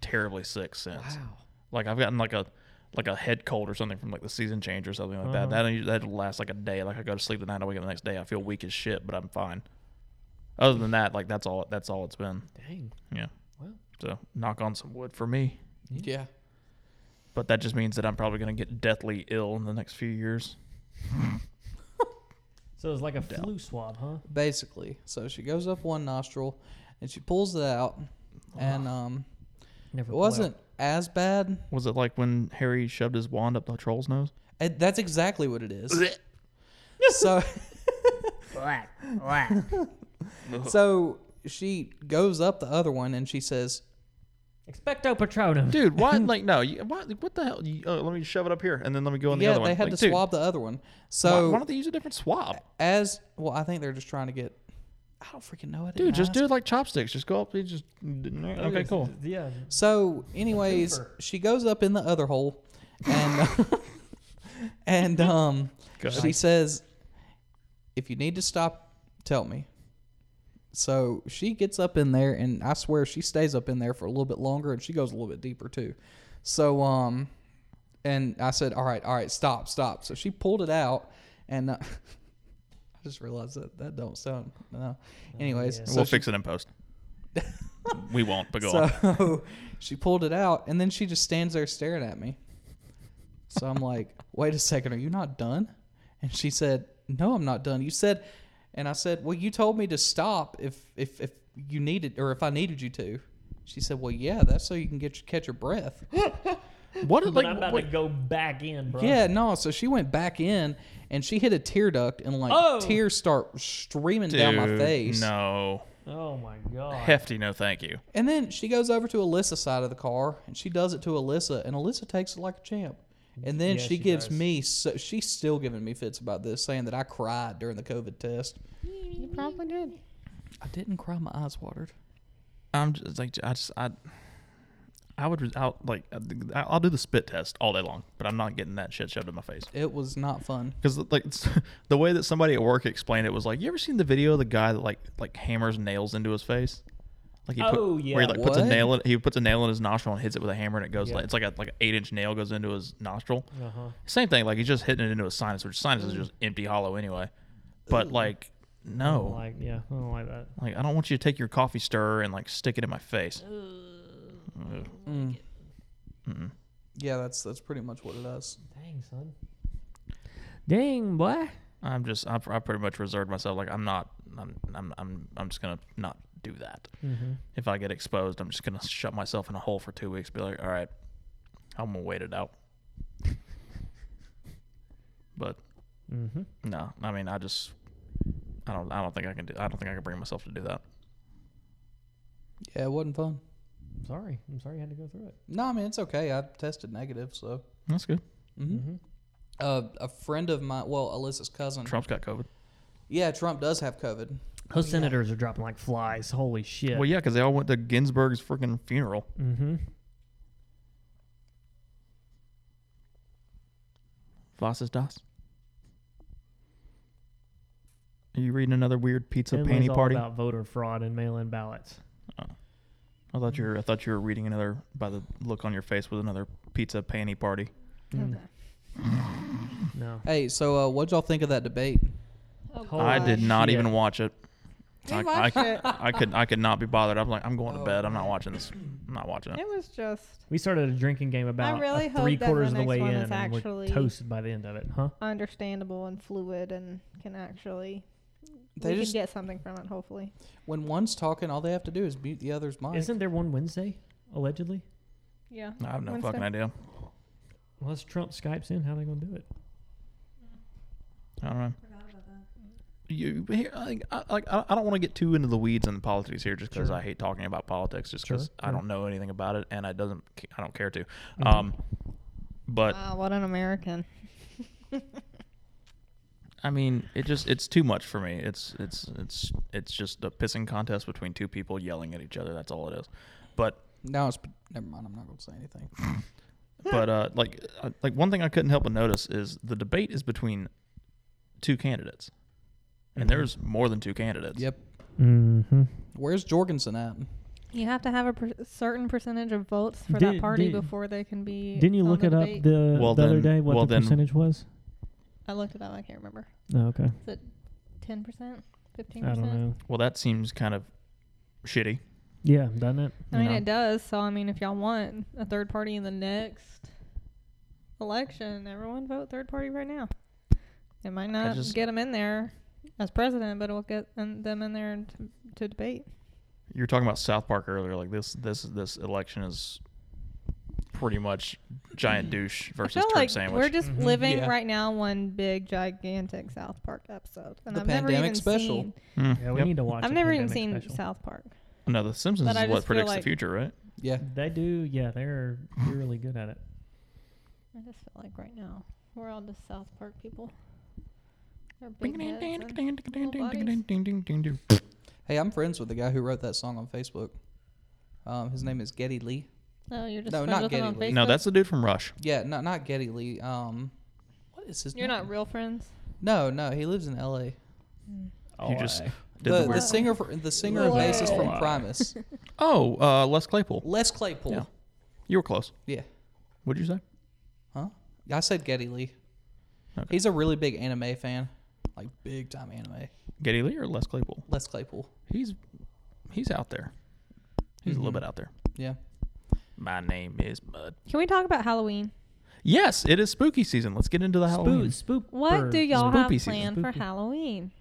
A: terribly sick since.
B: Wow.
A: Like I've gotten like a like a head cold or something from like the season change or something like that. That that lasts like a day. Like I go to sleep the night, I wake up the next day, I feel weak as shit, but I'm fine. Other than that, like that's all that's all it's been.
C: Dang.
A: Yeah.
C: Wow.
A: So knock on some wood for me,
B: Yeah.
A: but that just means that I'm probably gonna get deathly ill in the next few years.
C: So it's like a flu swab, huh?
B: Basically. So she goes up one nostril and she pulls it out and um it
C: Never. pull out.
B: wasn't as bad.
A: Was it like when Harry shoved his wand up the troll's nose?
B: It, that's exactly what it is. so So she goes up the other one and she says,
C: Expecto Patronum.
A: Dude, why? like, no. You, why, what the hell? You, uh, let me shove it up here, and then let me go on the
B: "Yeah,
A: other
B: they
A: one.
B: had
A: Like,
B: to
A: dude,
B: swab the other one."
A: why,
B: So
A: why don't they use a different swab?
B: as well, I think they're just trying to get. I don't freaking know. I didn't
A: Dude, just
B: ask.
A: do it like chopsticks. Just go up. You just
B: Oh,
A: okay,
C: It's-
A: cool.
C: Yeah.
B: So, anyways,
C: twofer.
B: she goes up in the other hole, and and um,
A: Go
B: she says, "If you need to stop, tell me." So she gets up in there, and I swear she stays up in there for a little bit longer, and she goes a little bit deeper too. So um, and I said, "All right, all right, stop, stop." So she pulled it out, and uh, I just realized that that don't sound no. Anyways,
C: yeah.
B: so
A: we'll
B: she
A: fix it in post. we won't, but go on.
B: so she pulled it out, and then she just stands there staring at me. So I'm like, wait a second, are you not done? And she said, no, I'm not done. You said And I said, "Well, you told me to stop if if if you needed or if I needed you to." She said, "Well, yeah, that's so you can get your, catch your breath."
A: What?
C: But
A: Like,
C: I'm about
A: what-
C: to go back in, bro.
B: Yeah, no. So she went back in and she hit a tear duct and like
C: Oh!
B: tears start streaming down my
A: Dude,
B: face.
A: No.
C: Oh my god.
A: Hefty, no thank you.
B: And then she goes over to Alyssa's side of the car and she does it to Alyssa and Alyssa takes it like a champ. And then
C: Yeah,
B: she,
C: she
B: gives
C: does.
B: me so she's still giving me fits about this, saying that I cried during the COVID test.
D: You probably did.
B: I didn't cry, my eyes watered.
A: I'm just like I just I. I would res- I'll, like I- I'll do the spit test all day long, but I'm not getting that shit shoved in my face.
B: It was not fun.
A: Because like it's- the way that somebody at work explained it was like, you ever seen the video of the guy that like like hammers nails into his face? Like he put,
C: Oh,
A: where
C: yeah.
A: he like puts a
B: What?
A: nail in, he puts a nail in his nostril and hits it with a hammer and it goes
C: Yeah.
A: like it's like a like an eight inch nail goes into his nostril.
C: Uh-huh. Mm.
A: Same thing like he's just hitting it into his sinus, which sinus is just empty hollow anyway. But like
C: I don't
A: no,
C: Like yeah, I don't like that.
A: like I don't want you to take your coffee stirrer and like stick it in my face. Ugh.
B: Mm. Yeah, that's that's pretty much what it does.
C: Dang son. Dang boy.
A: I'm just I, I pretty much reserved myself like I'm not I'm I'm I'm I'm just gonna not do that.
C: Mm-hmm.
A: If I get exposed, I'm just gonna shut myself in a hole for two weeks. Be like, all right, I'm gonna wait it out. but
C: Mm-hmm.
A: no, I mean, I just I don't I don't think I can do I don't think I can bring myself to do that.
B: Yeah, it wasn't fun.
C: I'm sorry. I'm sorry you had to go through it.
B: No, I mean it's okay. I tested negative, so
A: That's good.
B: hmm uh, a friend of mine, well, Alyssa's cousin.
A: Trump's got COVID.
B: Yeah, Trump does have COVID.
C: Those senators are dropping like flies. Holy shit.
A: Well, yeah, because they all went to Ginsburg's freaking funeral.
C: Mm-hmm. Mm-hmm.
A: Voss is das. Are you reading another weird pizza
C: Finland's
A: panty
C: all
A: party?
C: about voter fraud and mail-in ballots.
A: I thought you were I thought you were reading another by the look on your face with another pizza panty party.
C: Mm.
D: Okay.
C: No.
B: Hey, so uh, what'd y'all think of that debate?
D: Oh,
C: Holy
A: I did not
C: shit.
A: even watch it. I,
D: We watched
A: I-
D: it.
A: I could I could not be bothered. I'm like I'm going
B: Oh,
A: to bed. I'm not watching this. I'm not watching it.
D: It was just
C: We started a drinking game about
D: really
C: a
D: hope
C: three
D: that the
C: quarters of the
D: next
C: way in,
D: one is
C: and we're
D: actually-
C: toasted by the end of it, huh?
D: understandable and fluid and can actually
B: They
D: we
B: just
D: can get something from it hopefully.
B: when one's talking, all they have to do is mute the other's mic.
C: Isn't there one Wednesday, allegedly?
D: Yeah.
A: I have no
D: Wednesday.
A: fucking idea.
C: Unless Trump Skypes in, how are they going to do it?
A: I don't know. You here? I, I, like I I don't want to get too into the weeds and the politics here, just because
C: Sure.
A: I hate talking about politics, just
C: Sure,
A: because I
C: sure.
A: don't know anything about it, and I doesn't ca- I don't care to. Um, but
D: Wow, Ah, what an American.
A: I mean, it just it's too much for me. It's it's it's it's just a pissing contest between two people yelling at each other. That's all it is. But
B: No, it's never mind. I'm not going to say anything.
C: Hmm.
A: but uh, like uh, like one thing I couldn't help but notice is the debate is between two candidates, and there's more than two candidates.
B: yep.
C: Mm-hmm.
B: Where's Jorgensen at?
D: You have to have a per- certain percentage of votes for
C: Did-
D: that party
C: did-
D: before they can be.
C: Didn't you
D: on
C: look
D: the
C: it up
D: debate.
C: the,
A: Well,
C: the other
A: then-
C: day what
A: well,
C: the
A: then-
C: percentage was?
D: I looked it up. I can't remember.
C: Oh, okay.
D: Ten percent, fifteen
C: I don't
D: percent.
C: know.
A: Well, that seems kind of shitty.
C: Yeah, doesn't it?
D: I mean,
A: Yeah.
D: it does. So I mean, if y'all want a third party in the next election, everyone vote third party right now. It might not
A: just-
D: get them in there as president, but it'll get in- them in there to, to debate.
A: You were talking about South Park earlier. Like this this this election is pretty much
C: Mm.
A: giant douche versus
D: I feel
A: turd
D: like
A: sandwich.
D: we're just
C: Mhm.
D: living
B: Yeah.
D: right now one big gigantic South Park episode, and
B: The
D: I've never
B: pandemic
D: even
B: special.
D: seen.
A: Mm,
C: Yeah, we
A: yep.
C: need to watch.
D: I've
C: a
D: never even seen
C: pandemic special.
D: South Park.
A: No, The Simpsons
D: But I
A: is what
D: just feel
A: predicts the
D: like-
A: future, right?
B: Yeah.
C: They do. Yeah, they're really good at it.
D: I just feel like right now we're all just South Park people. They're big heads and little bodies.
B: Hey, I'm friends with the guy who wrote that song on Facebook. Um, his name is Getty Lee.
D: No, Oh, you're just
B: No,
D: friends
B: not
D: with them on
B: Getty Lee.
D: Facebook.
A: No, that's the dude from Rush.
B: Yeah, no, not Getty Lee. Um, what is his
D: you're
B: name?
D: not real friends.
B: No, no, he lives in L.A. Oh,
A: You just
C: Alright.
A: did
B: the,
A: the,
B: the
A: weird.
B: singer, for, the singer and bassist from
A: Wow.
B: Primus,
A: oh, uh, Les Claypool.
B: Les Claypool.
A: Yeah. You were close.
B: yeah.
A: What'd you say?
B: Huh? I said Getty Lee.
A: Okay.
B: He's a really big anime fan, like big time anime.
A: Getty Lee or Les Claypool?
B: Les Claypool.
A: He's he's out there. He's a little bit out there.
B: Yeah.
A: My name is Mud.
D: Can we talk about Halloween?
A: Yes, it is spooky
C: Oh,
A: season. Let's get into the Halloween.
C: Spook. Spook.
D: What do y'all
A: Spoopy
D: have
A: season.
D: planned for
C: Spoopy.
D: Halloween?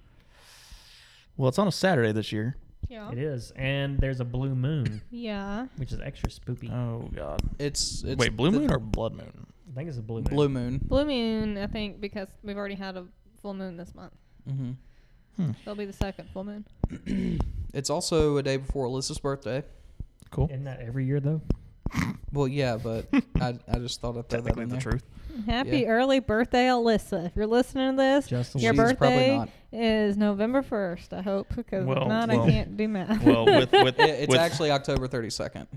A: Well, it's on a Saturday this year.
D: Yeah.
C: It is, and there's a blue moon,
D: Yeah.
C: which is extra spooky.
A: Oh God.
B: It's, it's
A: Wait, blue
B: the
A: moon or blood moon?
C: I think it's a blue moon.
B: blue moon.
D: Blue moon, I think, because we've already had a full moon this month.
B: Mm-hmm.
D: That'll be the second full moon.
B: It's also a day before Alyssa's birthday.
A: Cool.
C: Isn't that every year though?
B: Well, yeah, but I, I just thought I'd throw that
A: Technically,
B: in
A: the
B: there.
A: truth.
D: Happy
B: Yeah.
D: early birthday, Alyssa. If you're listening to this,
C: Just a
D: your
B: She's
C: little-
B: probably
D: birthday
B: not.
D: is November 1st, I hope, because
A: Well,
D: if not,
A: well,
D: I can't do math.
A: Well, with with,
B: It- it's
A: with,
B: actually October 32nd.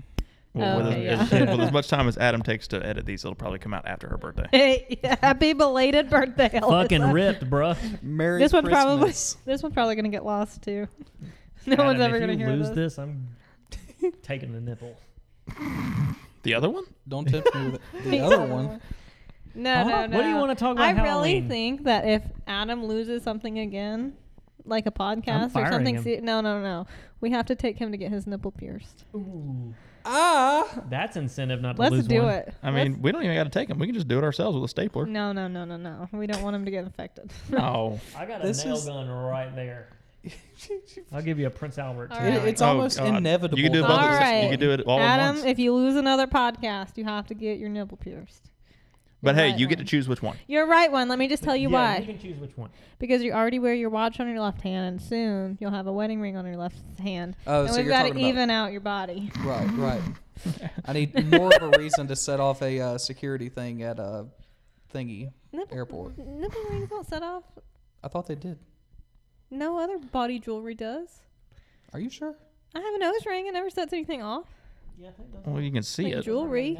A: well, with,
D: Okay,
A: as,
D: yeah.
A: with as much time as Adam takes to edit these, it'll probably come out after her birthday.
D: Hey, happy belated birthday, Alyssa.
C: Fucking ripped, bruh.
B: Merry
D: This one probably
B: Christmas.
D: this one's probably gonna get lost too. No
C: Adam,
D: one's ever
C: if
D: gonna
C: you
D: hear
C: lose
D: this.
C: I'm taking the nipple.
A: The other one?
B: Don't tempt me with it. the other one.
D: No,
C: Huh?
D: no,
C: What
D: no.
C: do you wanna talk about
D: I really
C: Halloween?
D: think that if Adam loses something again, like a podcast or
C: firing
D: something,
C: him.
D: se- no, no, no, we have to take him to get his nipple pierced.
C: Ooh,
B: Ah,
C: that's incentive not to
D: Let's
C: lose
D: do
C: one.
D: it.
A: I mean, we don't even got to take them. We can just do it ourselves with a stapler.
D: Let's- no, no, no, no, no. We don't want him to get infected.
A: No.
C: I got
B: This
C: a nail
B: is-
C: gun right there. I'll give you a Prince Albert.
D: All
C: too.
D: right.
B: It- it's
A: Oh,
B: almost
A: God.
B: inevitable.
A: You can do it
B: that
A: both.
B: this
A: at
D: All
A: the same- You
D: right.
A: can do it all at
D: Adam,
A: once.
D: if you lose another podcast, you have to get your nipple pierced.
A: but
D: Your
A: hey,
D: right
A: you get to
D: one.
A: choose which one.
D: Your right one. Let me just tell you
C: yeah,
D: why.
C: You can choose which one.
D: Because you already wear your watch on your left hand, and soon you'll have a wedding ring on your left hand.
B: Oh,
D: and
B: so
D: we've
B: you're
D: got to
B: talking about-
D: even out your body.
B: Right, right. I need more of a reason to set off a uh, security thing at a thingy
D: Nipple,
B: airport.
D: nipple rings don't set off.
B: I thought they did.
D: No other body jewelry does.
B: Are you sure?
D: I have a nose ring. It never sets anything off.
C: Yeah, I think that's
A: Well, you can see
D: like
A: it.
D: jewelry.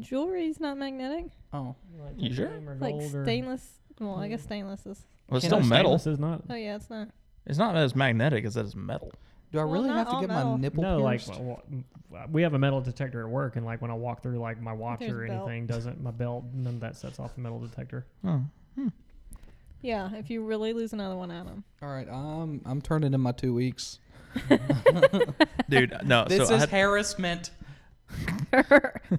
D: Jewelry's not magnetic.
B: Oh,
A: You sure?
D: Like stainless. Well, I guess stainless is.
A: Well, it's
B: You
A: still
B: know,
A: metal.
C: This is not.
D: Oh, yeah, it's not.
A: It's not as magnetic as that is metal.
B: do I
D: Well,
B: really
D: not
B: have to
D: all
B: get my
D: metal.
B: nipple
C: No, like
B: pierced?
C: well, well, we have a metal detector at work, and like when I walk through like my watch
D: There's
C: or
D: a belt.
C: anything, doesn't my belt none of that sets off the metal detector.
A: Oh.
D: Yeah, if you really lose another one, Adam.
B: all right, I'm I'm turning in my two weeks.
A: Dude, no.
B: This
A: Uh, so I
B: is
A: had-
B: harassment.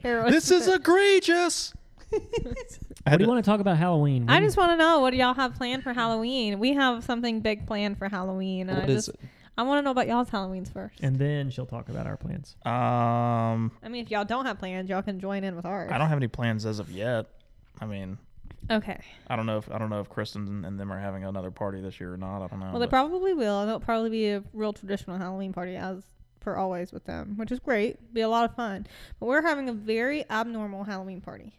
D: Heroin.
A: this is egregious. I
C: What
A: had
C: do
A: to-
C: you want to talk about Halloween?
D: I
C: When-
D: just want to know what do y'all have planned for Halloween? We have something big planned for Halloween. And I
B: What
D: just,
B: is it?
D: I want to know about y'all's Halloweens first.
C: and then she'll talk about our plans.
A: um,
D: I mean, if y'all don't have plans, y'all can join in with ours.
A: I don't have any plans as of yet. I mean,
D: Okay.
A: I don't know if I don't know if Kristen and, and them are having another party this year or not. I don't know.
D: Well, they
A: but-
D: probably will. and It'll probably be a real traditional Halloween party, as per always with them, which is great. Be a lot of fun. But we're having a very abnormal Halloween party.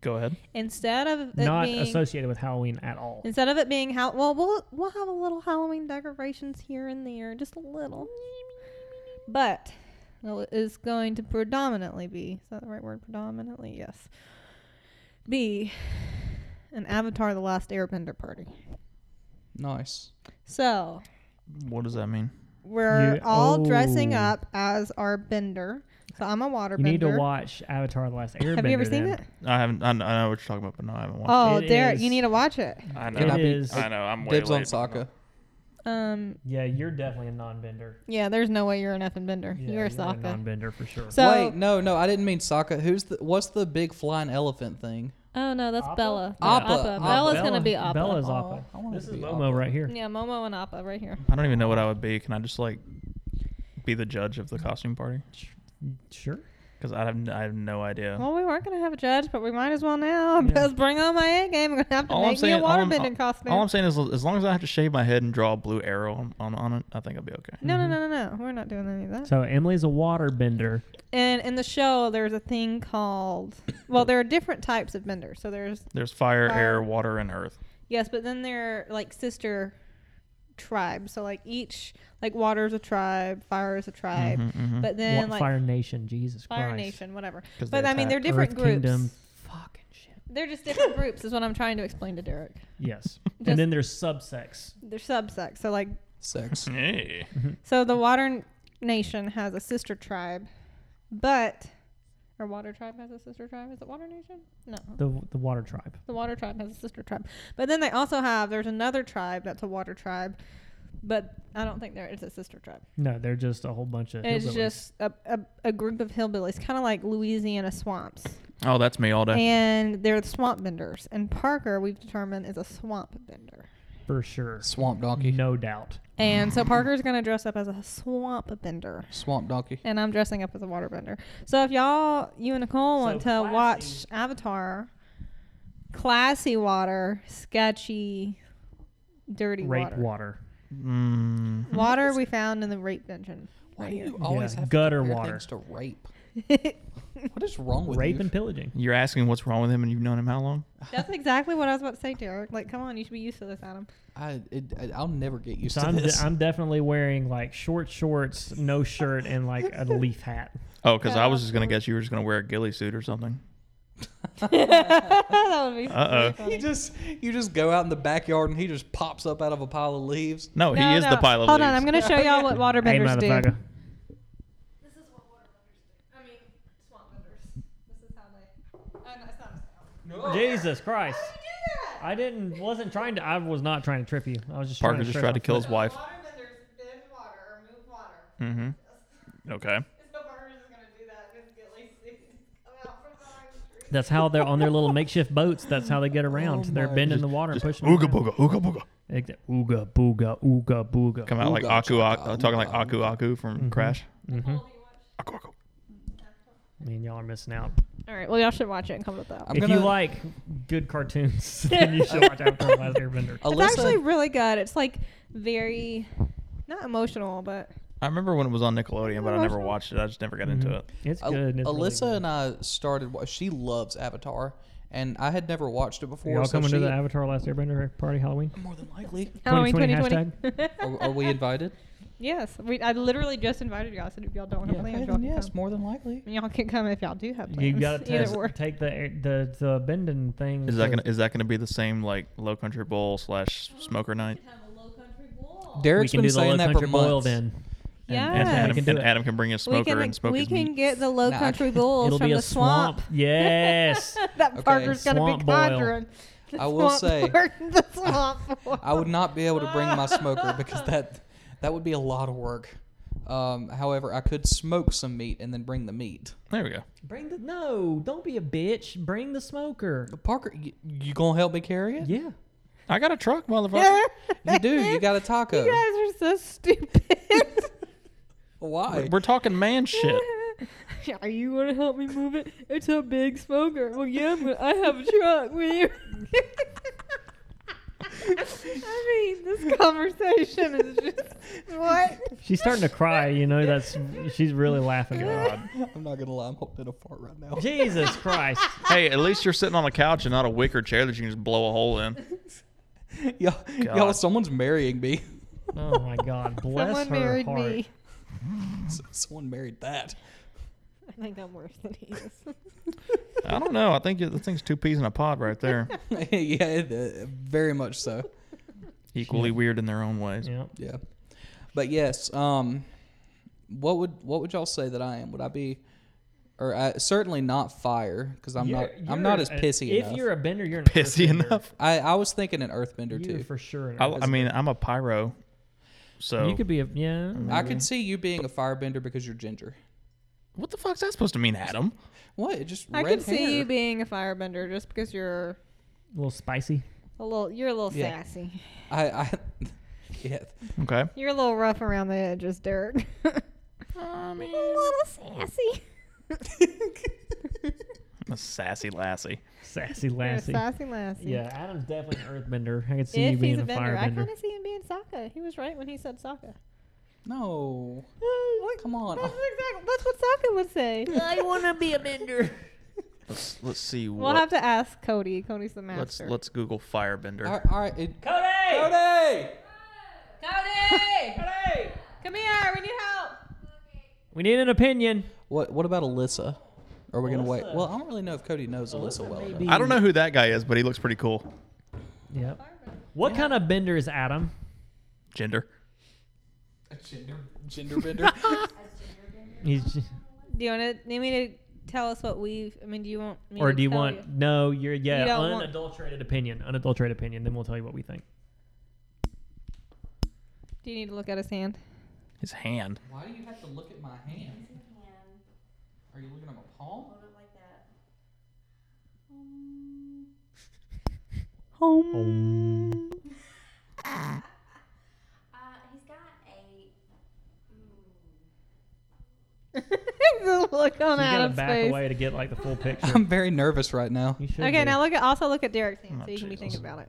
A: go ahead.
D: Instead of it
C: Not
D: being,
C: associated with Halloween at all.
D: instead of it being how well, we'll we'll have a little Halloween decorations here and there, just a little. But well, it is going to predominantly be. Is that the right word? Predominantly, yes. Be an Avatar: The Last Airbender party.
B: Nice.
D: So
A: What does that mean?
D: We're
C: You-
D: all dressing
C: oh.
D: up as our bender. So I'm a water
C: You need to
D: bender.
C: watch Avatar: The Last Airbender.
D: Have you ever seen
C: then.
D: it?
A: I haven't. I know, I know what you're talking about, but no, I haven't watched.
D: Oh,
C: It
D: Derek, you
C: is-
D: need to watch it.
A: it. I know.
C: It
B: I be-
C: is.
A: I know. I'm way
B: Dibs on
A: late.
B: Sokka.
D: Um,
C: Yeah, you're definitely a non-bender.
D: yeah, there's no way you're an effing bender.
C: Yeah,
D: you're a
C: a
D: Sokka.
C: non-bender for sure.
D: So,
B: Wait, no, no, I didn't mean Sokka. Who's the what's the big flying elephant thing?
D: oh no, that's
C: Appa?
D: Bella. No,
B: Appa,
D: Appa.
B: Appa.
D: Bella's
C: Bella-
D: gonna be Appa.
C: Bella's
B: Oh,
C: Appa.
B: I wanted
C: This
B: to
C: is
B: be
C: Momo
B: Appa.
C: right here.
D: Yeah, Momo and Appa right here.
A: I don't even know what I would be. Can I just like be the judge of the costume party?
C: Sure.
A: Because I have n- I have no idea.
D: Well, we weren't gonna have a judge, but we might as well now because bring on my A game. I'm gonna have to
A: all I'm
D: make me
A: saying,
D: a
A: all I'm,
D: waterbending costume.
A: all I'm saying is, as long as I have to shave my head and draw a blue arrow on, on, on it, I think I'll be okay.
D: no, no, no, no, no. We're not doing any of that.
C: Mm-hmm. So Emily's a waterbender.
D: And in the show, there's a thing called. Well, there are different types of benders. So there's
A: There's fire,
D: Fire.
A: air, water, and earth.
D: Yes, but then they're like sister tribes. So like each like water is a tribe, fire is a tribe, but
C: Mm-hmm, Wa-
D: then like Fire,
C: Fire Nation. Jesus Christ.
D: Nation, whatever.
A: 'Cause
D: But
A: they
D: I mean, they're
A: attack
D: different
C: Earth
D: groups.
C: Kingdom. Fucking shit.
D: They're just different groups, is what I'm trying to explain to Derek.
C: Yes.
D: Just-
C: and then there's subsects.
D: They're subsects. So like,
B: Sex.
A: Hey.
D: so the water nation has a sister tribe, but or water tribe has a sister tribe. Is it water nation? No.
C: The the water tribe.
D: The water tribe has a sister tribe. But then they also have there's another tribe that's a water tribe, but I don't think there is a sister tribe.
C: No, they're just a whole bunch of.
D: It's
C: hillbillies.
D: just a, a, a group of hillbillies, kind of like Louisiana swamps.
A: Oh, that's me all day.
D: And they're swamp benders. And Parker, we've determined, is a swamp bender.
C: for sure.
B: Swamp donkey.
C: No doubt.
D: And so Parker's gonna dress up as a swamp bender,
B: Swamp donkey.
D: and I'm dressing up as a waterbender. So if y'all, you and Nicole, want to
C: So
D: watch Avatar, classy water, sketchy, dirty
C: Rape
D: water,
C: water.
A: Mm,
D: water we found in the rape dungeon.
B: Why do you always
C: Yeah,
B: have
C: gutter
B: to compare
C: water.
B: things to rape? What is wrong with
C: Rape
B: you?
C: and pillaging.
A: you're asking what's wrong with him, and you've known him how long?
D: That's exactly what I was about to say, Derek. Like, come on, you should be used to this, Adam.
B: I, it, I, I'll never get used
C: So
B: to
C: I'm, de-
B: this.
C: I'm definitely wearing like short shorts, no shirt, and like a leaf hat.
A: Oh, because I was just gonna guess you were just gonna wear a ghillie suit or something.
D: that would be.
A: Uh-oh.
D: pretty
B: you
D: funny.
B: just you just go out in the backyard and he just pops up out of a pile of leaves.
A: No,
D: No,
A: he is
D: no.
A: the pilot.
D: Hold on, I'm gonna show y'all what
C: hey,
D: waterbenders do.
C: motherfucker.
E: This is what
D: I mean, swamp benders. This is how they. Oh, no, it's not.
C: Jesus Christ. I didn't. Wasn't trying to. I was not trying to trip you. I was just.
A: Parker
C: trying to
A: just
C: trip
A: tried to
C: off
A: kill
C: of
A: his wife.
D: Waterbenders bend water or move water.
A: Mm-hmm. Okay.
D: So Parker's just gonna do that because Gilly sees come out from behind the
C: it.
D: tree.
C: That's how they're on their little makeshift boats. That's how they get around.
B: Oh
C: they're
B: my-
C: bending
A: Just-
C: the water and pushing.
A: Ooga
C: it around.
A: booga, ooga booga.
C: Exa- Ooga booga ooga booga.
A: Come out like
B: Ooga
A: Aku,
B: chaka,
A: Aku talking like
B: ooga,
A: Aku, Aku from Crash.
C: Mm-hmm.
A: Aku, Aku.
C: I mean, y'all are missing out.
D: All right, well y'all should watch it and come with that.
B: I'm
C: if
B: gonna,
C: you like good cartoons, then you should watch Avatar: The Last Airbender.
D: It's
B: Alyssa,
D: actually really good. It's like very not emotional, but
A: I remember when it was on Nickelodeon, but I never watched it. I just never got into it.
C: Mm-hmm. It's
B: Al-
C: good. It's really
B: Alyssa
C: good.
B: and I started. wa- She loves Avatar, and I had never watched it before.
C: y'all
B: so
C: coming
B: she,
C: to the Avatar: Last Airbender party Halloween?
B: More than likely,
D: Halloween
C: 2020
D: 2020.
B: are, are we invited?
D: yes, we, I literally just invited y'all. I said if y'all don't have
B: Yeah,
D: plans,
B: okay,
D: y'all
B: then
D: can
B: yes,
D: come.
B: more than likely.
D: And y'all can come if y'all do have plans.
C: You gotta
D: Either or.
C: test, take the air- the the bending thing.
A: Is that
C: to-
A: gonna is that gonna be the same like Low Country Bowl slash Smoker Night?
C: We
B: Derek's
C: can
B: been
C: do the low
B: saying that for
C: country boil
B: months.
C: then.
A: And,
D: Yes.
A: Adam,
C: We can do
A: and
C: it.
A: Adam can bring his
D: we
A: smoker
D: can
A: and smoke
D: we
A: his
D: can get the low
B: Nah, I
D: country
B: can't-
D: bulls
C: It'll
D: from
C: be a
D: the swamp.
C: swamp. Yes.
D: that
B: Okay.
D: Parker's gonna be
C: Swamp boil.
D: conjuring. The
B: I will
D: swamp
B: say-
D: boil, the swamp. boil.
B: I would not be able to bring my smoker because that that would be a lot of work. Um, however, I could smoke some meat and then bring the meat.
A: There we go.
C: Bring the no. Don't be a bitch. Bring the smoker.
B: But Parker, you, you gonna help me carry it?
C: Yeah.
A: I got a truck, motherfucker.
B: You do. You got a taco.
D: You guys are so stupid.
B: Why?
A: We're talking man shit.
D: are you gonna help me move it? It's a big smoker. Well, yeah, I'm gonna, I have a truck. Will you? I mean, this conversation is just what.
C: She's starting to cry. You know that's. She's really laughing. at God.
B: I'm not gonna lie. I'm holding a fart right now.
C: Jesus Christ.
A: hey, at least you're sitting on a couch and not a wicker chair that you can just blow a hole in.
B: y'all, y'all, someone's marrying me.
C: Oh my God. Bless
D: Someone
C: her
D: married
C: heart.
D: me.
B: S- Someone married that.
D: I think I'm worse than he is.
A: I don't know. I think it- the thing's two peas in a pod right there.
B: yeah, it, uh, very much so.
A: Equally weird in their own ways.
C: Yeah.
B: Yeah, but yes. Um, what would what would y'all say that I am? Would I be, or I, certainly not fire because I'm not.
C: You're-
B: I'm not as
C: you're a-
B: pissy.
C: If
B: enough.
C: you're a bender, you're an
A: Pissy
C: earthbender.
A: enough.
B: I, I was thinking an earthbender
C: You're
B: too.
C: for sure. An
A: I, I mean, I'm a pyro, so
C: You could be a yeah.
B: I could see you being a firebender because you're ginger.
A: what the fuck's that supposed to mean, Adam?
B: What? It just
D: I
B: red
D: could
B: hair.
D: see you being a firebender just because you're
C: a little spicy.
D: a little. You're a little
B: Yeah.
D: sassy.
B: I, I yeah.
A: Okay.
D: You're a little rough around the edges, Derek. a little sassy.
A: A sassy lassie.
C: Sassy
D: You're a
C: lassie.
D: sassy lassie.
C: Yeah, Adam's definitely an earthbender. I could see you
D: If
C: being
D: he's a
C: a,
D: bender, I
C: firebender.
D: kind of see him being Sokka. He was right when he said Sokka.
B: No. Come on.
D: That's exactly that's what Sokka would say.
E: I wanna be a bender.
A: Let's let's see
D: We'll
A: what.
D: have to ask Cody. Cody's the
A: let's
D: master.
A: let's Google firebender.
B: All right. All right it,
C: Cody!
B: Cody!
D: Cody! Cody! Come here. We need help.
C: We need an opinion.
B: What What about Alyssa? Are we gonna wait?
C: Alyssa.
B: Well, I don't really know if Cody knows Alyssa, well.
C: may
B: enough.
C: be-
A: I don't know who that guy is, but he looks pretty cool.
C: Yep. What kind of bender is Adam?
A: Gender.
B: Gender gender bender.
C: He's j-
D: Do you want to need me to tell us what we've? I mean, do you want? Me
C: or
D: to
C: do you
D: tell
C: want no? You're yeah.
D: You don't want-
C: unadulterated opinion. Unadulterated opinion. Then we'll tell you what we think.
D: Do you need to look at his hand?
A: His hand.
B: Why do you have to look at my hand? Are you looking at my palm?
D: Home. the look
C: you
D: on
C: gotta
D: Adam's
C: back
D: face.
C: away to get like the full picture.
B: I'm very nervous right now.
C: You should
D: Okay,
C: be.
D: now look at also look at Derek's hand
A: Oh,
D: so you can be
A: Jesus.
D: thinking about it.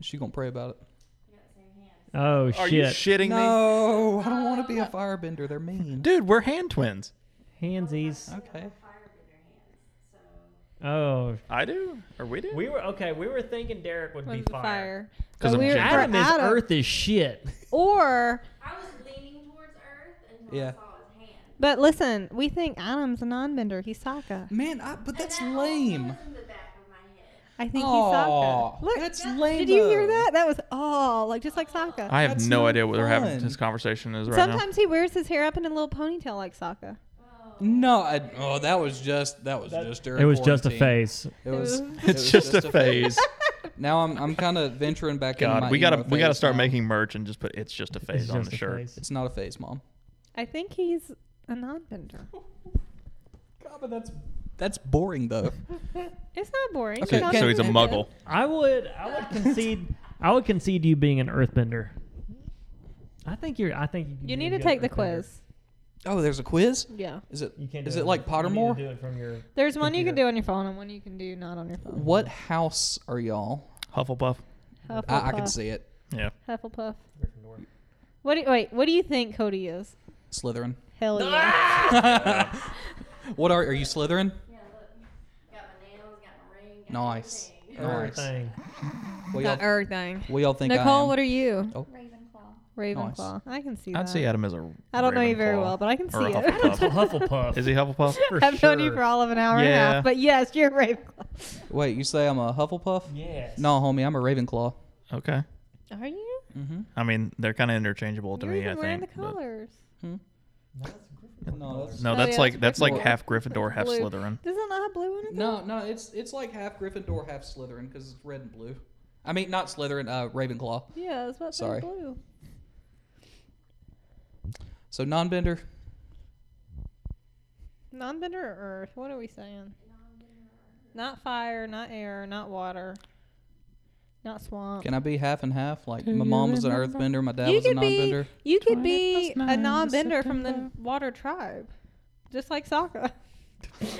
B: She gonna pray about it.
C: Oh
A: Are
C: shit!
A: you shitting me?
B: No, I don't want to be a firebender. They're mean.
A: Dude, we're hand twins.
C: Handsies.
B: Okay.
C: Oh,
A: I do? Or we do?
C: we were okay. We were thinking Derek would be
D: One's a
C: fire.
D: fire.
A: 'Cause
D: But
A: I'm
D: we were-
A: Jack.
D: for
C: Adam is Earth is shit.
D: Or
E: I was leaning towards Earth until
B: Yeah.
E: I saw his hand.
D: but listen, we think Adam's a non-bender. He's Sokka.
B: Man, I, but that's
E: That
B: lame.
E: also was in the back of my head.
D: I think
B: Aw,
D: he's Sokka. Look,
B: that's lame.
D: Did you hear
B: though.
D: that? That was oh, like just like Sokka.
A: I have
B: That's
A: no
B: not
A: idea what they're having
B: fun.
A: this conversation is right now.
D: Sometimes he wears his hair up in a little ponytail like Sokka.
B: No, I, oh, that was just that was just during
C: It was just a
B: quarantine.
C: phase.
B: It was.
D: It's
B: it was
A: It's just a phase.
B: Now I'm I'm kind of venturing back into
A: God,
B: my
A: we gotta
B: emo
A: we gotta
B: phase
A: start
B: now.
A: making merch and just put it's just a phase on the shirt.
B: It's not a phase, mom.
D: I think he's a non-bender.
B: God, but that's that's boring though.
D: It's not boring.
B: Okay,
A: So he's a
D: non-bender.
A: muggle.
C: I would I would concede I would concede you being an earthbender. I think you're I think you, could be
D: You need
C: a
D: to
C: good
D: take the
C: earthbender.
D: quiz.
B: Oh, there's a quiz.
D: Yeah.
B: Is it
C: You can't
B: is
C: do
B: it like
C: You need to
B: Pottermore?
C: do it from your
D: There's one you can
C: Computer.
D: do on your phone and one you can do not on your phone.
B: What house are y'all?
A: Hufflepuff.
D: Hufflepuff.
B: I, I can see it.
A: Yeah.
D: Hufflepuff.
C: Gryffindor.
D: What do you, wait, what do you think Cody is?
B: Slytherin.
D: Hell yeah.
B: What are are you Slytherin?
E: Yeah, look. Got my nails, got my ring. Got
B: Nice.
E: everything.
B: Nice.
C: Everything.
B: What
D: Not
B: y'all,
D: everything.
B: what y'all think I
D: er- Nicole,
B: am? Oh.
D: what are you?
E: Ravenclaw.
D: Ravenclaw. I can see that.
A: I'd see Adam as a
D: I don't know you very
A: Ravenclaw.
D: well, but I can see
A: Or a
D: it.
A: Hufflepuff.
C: Hufflepuff.
A: Is he Hufflepuff?
C: For
D: I've known you
C: sure.
D: for all of an hour and a
A: Yeah.
D: half, but yes, you're Ravenclaw.
B: Wait, you say I'm a Hufflepuff?
C: Yes.
B: No, homie, I'm a Ravenclaw.
A: Okay.
D: Are you?
A: I mean, they're kind of interchangeable to
D: You're
A: me.
D: even
A: I
D: wearing
A: think.
D: the
A: but-
D: colors.
B: No, that's
A: No,
D: Oh,
A: that's
D: yeah,
A: like
D: it's
A: that's like
B: Gryffindor.
A: half Gryffindor, half
D: Blue.
A: Slytherin.
D: Does it not have blue in it? though?
B: no, no. It's it's like half Gryffindor, half Slytherin because it's red and blue. I mean, not Slytherin, uh, Ravenclaw.
D: Yeah, it's about
B: Sorry.
D: Sorry. blue.
B: So non-bender.
D: Non-bender or earth? What are we saying? Not fire, not air, not water, not swamp.
B: Can I be half and half? Like my mom was an earthbender, my dad
D: you
B: was a
D: could
B: non-bender.
D: be you could be a non-bender from the water tribe, just like Sokka.
A: Jesus.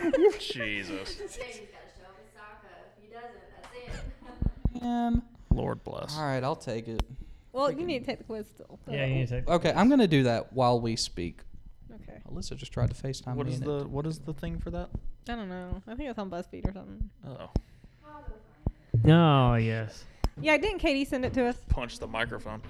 E: He's got to show up as Sokka. If he doesn't, that's it.
B: Um,
A: Lord bless.
B: all right, I'll take it.
D: Well, you need to take the quiz still. so-
C: Yeah, you need to take
B: Okay, I'm gonna do that while we speak.
D: Okay.
B: Alyssa just tried to Facetime
A: What
B: me.
A: is
B: and it-
A: the what is the thing for that?
D: I don't know. I think it's on BuzzFeed or something.
A: Oh,
C: Oh yes.
D: Yeah, didn't Katie send it to us?
A: punch the microphone.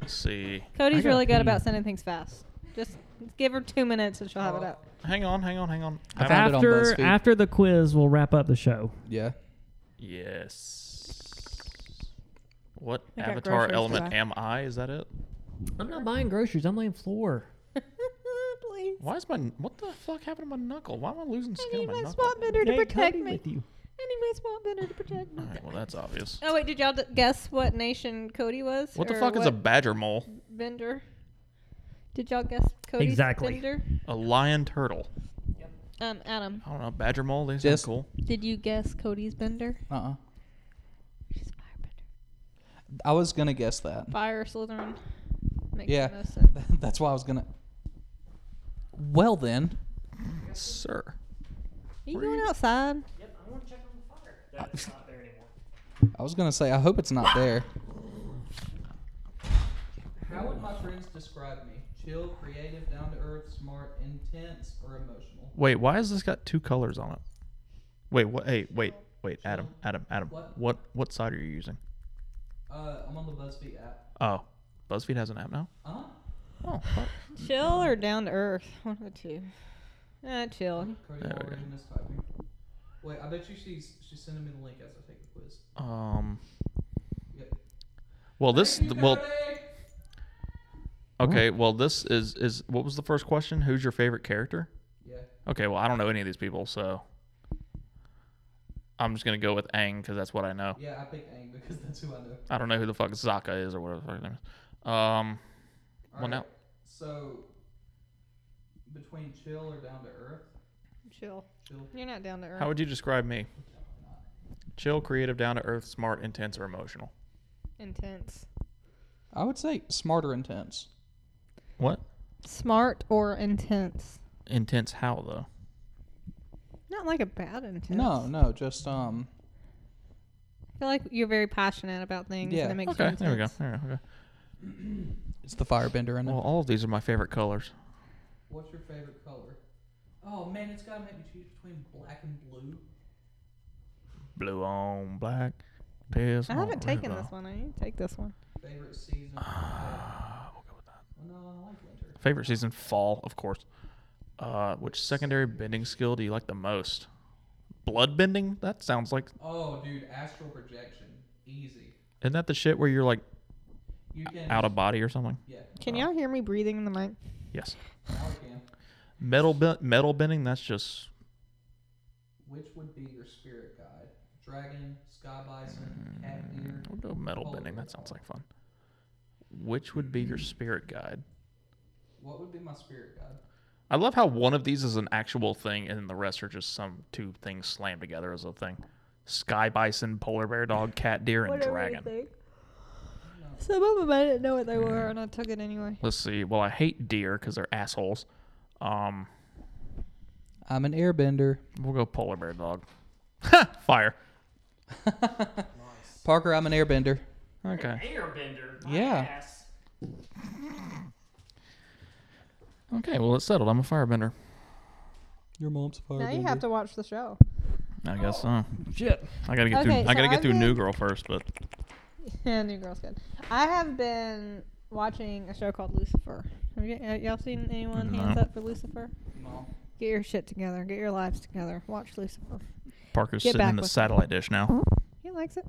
A: Let's see.
D: Cody's
C: gotta
D: really good
C: pee.
D: about sending things fast. Just give her two minutes and she'll have it up.
A: Hang on, hang on, hang on.
B: I
A: Am
B: found it on
C: After
B: BuzzFeed.
C: after the quiz, we'll wrap up the show.
B: Yeah.
A: Yes. What
D: I got
A: avatar
D: groceries
A: element
D: to buy.
A: am I? Is that it?
C: I'm not buying groceries. I'm laying floor.
D: Please.
A: Why is my what the fuck happened to my knuckle? Why am I losing
D: I
A: skin on
D: need
A: my
D: my
A: knuckle?
D: swamp bender to protect me.
C: with you.
D: I need my swamp bender to protect me.
A: All right, well that's obvious.
D: Oh wait, did y'all d- guess what nation Cody was?
A: What the
D: Or
A: fuck is
D: what
A: a badger mole?
D: bender? Did y'all guess Cody's
C: Exactly.
D: bender?
A: A lion turtle.
D: Um, Adam,
A: I don't know. Badger mole. They sound
B: Just-
A: cool.
D: did you guess Cody's bender?
B: Uh. uh
D: She's firebender.
B: I was gonna guess that.
D: Fire Slytherin. Makes
B: Yeah.
D: the most sense.
B: That's why I was gonna. Well then.
A: Sir.
D: Are you going outside?
B: I was gonna say, I hope it's not there. How would my friends describe me? Chill, creative, down to earth, smart, intense, or emotional?
A: Wait, why has this got two colors on it? Wait, what? Hey, wait, wait, Adam, Adam, Adam.
B: What?
A: What what side are you using?
B: Uh, I'm on the BuzzFeed app. Uh-huh.
A: Oh, BuzzFeed has an app now.
B: Huh?
A: Oh, fuck.
D: Chill or down to earth? One of the two. Uh, chill.
B: Cody
A: There we
B: already mistyping. Wait, I bet you she's she's sending me the link as I take the quiz.
A: um.
B: Yep.
A: Well, this
B: Thank you,
A: well.
B: Cody!
A: Okay, well, this is is what was the first question? Who's your favorite character?
B: Yeah.
A: Okay, well, I don't know any of these people, so I'm just gonna go with Aang because that's what I know.
B: Yeah, I picked Aang because that's who I know.
A: I don't know who the fuck Zaka is or whatever the fuck his name is. Um, well,
B: Alright,
A: now
B: So, between chill or down to earth?
D: Chill.
B: Chill.
D: You're not down to earth.
A: how would you describe me? Chill, creative, down to earth, smart, intense, or emotional?
D: Intense.
B: I would say smart or intense.
A: What?
D: Smart or intense?
A: Intense how though?
D: Not like a bad intense.
B: No, no, just um.
D: I feel like you're very passionate about things,
B: Yeah.
D: and it makes you
A: Okay,
D: intense.
A: there we go. There we go. Okay.
B: It's the firebender in it.
A: Well, all of these are my favorite colors.
B: What's your favorite color? Oh man, it's gotta make me choose between black and blue.
A: Blue on black. Tears
D: I haven't
A: on
D: taken
A: river.
D: this one. I need to take this one.
B: Favorite season?
A: Ah, we'll go with that.
B: no, I like winter.
A: Favorite season? Fall, of course. Uh, which secondary bending skill do you like the most? Blood bending? That sounds like
B: Oh, dude, astral projection, easy.
A: isn't that the shit where you're like
B: You can
A: out of body or something?
B: Yeah,
D: Can y'all hear me breathing in the mic?
A: Yes.
B: now I can.
A: Metal ben- metal bending. That's just
B: Which would be your spirit guide? Dragon, sky bison, cat ear.
A: we'll go metal
D: Oh.
B: Polar
A: bending.
B: bear.
A: That sounds like fun. Which would be your spirit guide?
B: What would be my spirit guide?
A: I love how one of these is an actual thing and the rest are just some two things slammed together as a thing. Sky bison, polar bear dog, cat deer, and dragon.
D: Some of them I didn't know what they were, and I took it anyway.
A: Let's see. Well, I hate deer because they're assholes. Um,
B: I'm an airbender.
A: we'll go polar bear dog. Fire.
B: Parker, I'm an airbender.
A: Okay.
C: Airbender.
B: my Yeah.
A: Okay. Well, it's settled. I'm a firebender.
B: Your mom's firebender.
D: Now you have to watch the show.
A: I guess so.
C: Shit.
A: I gotta get
D: Okay,
A: through. I gotta
D: so
A: get
D: I've
A: through
D: been-
A: New Girl first, but
D: Yeah, New Girl's good. I have been watching a show called Lucifer. Have you, uh, y'all seen anyone hands
A: No.
D: up for Lucifer? Get your shit together. Get your lives together. Watch Lucifer.
A: Parker's
D: Get
A: sitting
D: back
A: in the
D: with-
A: satellite dish now.
D: He likes it.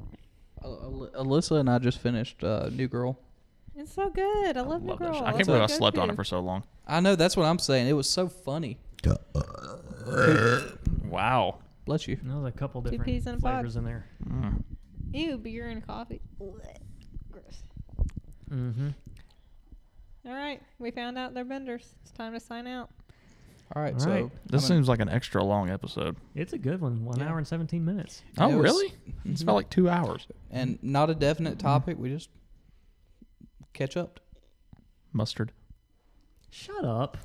B: Alyssa and I just finished uh, New Girl.
D: It's so good. I love, New
A: Love
D: Girl.
A: that shit.
D: That's
A: I can't
D: what
A: believe I
D: go
A: slept on
D: to.
A: it for so long.
B: I know that's what I'm saying. It was so funny.
A: Wow.
B: Bless you.
C: There's a couple different
D: peas in a pod.
C: flavors in there.
A: Mm.
D: Ew, beer and coffee. Blech. Gross.
C: Mm-hmm.
D: All right, we found out they're benders. It's time to sign out.
B: All right,
C: All
B: so
C: right.
A: This
B: I'm an-
A: seems like an extra long episode.
C: It's a good one. One
B: Yeah.
C: hour and seventeen minutes.
B: Yeah,
A: Oh,
B: it was-
A: really? It's about like two hours.
B: and not a definite topic. We just catch up.
A: Mustard.
C: Shut up.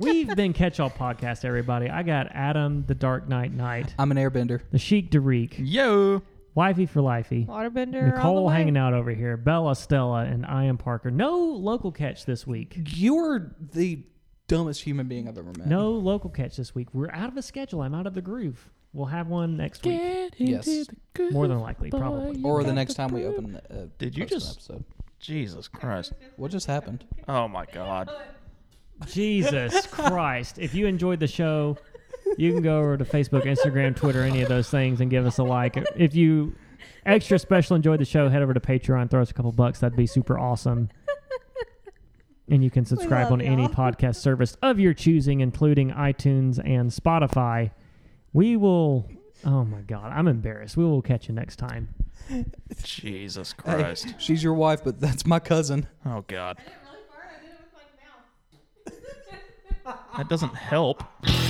C: We've been Catch All Podcast, everybody. I got Adam, the Dark Knight Knight,
B: I'm an airbender.
C: the Sheik Derek,
A: Yo.
C: Wifey for Lifey,
D: Waterbender. all the
C: Nicole
D: way.
C: hanging out over here, Bella, Stella, and I am Parker. No local catch this week.
B: You're the dumbest human being I've ever met.
C: No local catch this week. We're out of a schedule. I'm out of the groove. We'll have one next week,
B: Yes.
C: more than likely, probably.
B: Or the next time we open. The, uh,
A: Did you
B: post an
A: just-
B: Episode.
A: Jesus Christ.
B: What just happened?
A: Oh my God.
C: Jesus Christ. If you enjoyed the show, you can go over to Facebook, Instagram, Twitter, any of those things and give us a like. If you extra special enjoyed the show, head over to Patreon, throw us a couple bucks. That'd be super awesome. And you can subscribe
D: love
C: on any
D: y'all.
C: podcast service of your choosing, including iTunes and Spotify. We will. Oh my God, I'm embarrassed. We will catch you next time.
A: Jesus
B: Hey,
A: Christ.
B: she's your wife, but that's my cousin.
A: Oh God.
E: I didn't really fart. I did it with my mouth.
A: That doesn't help.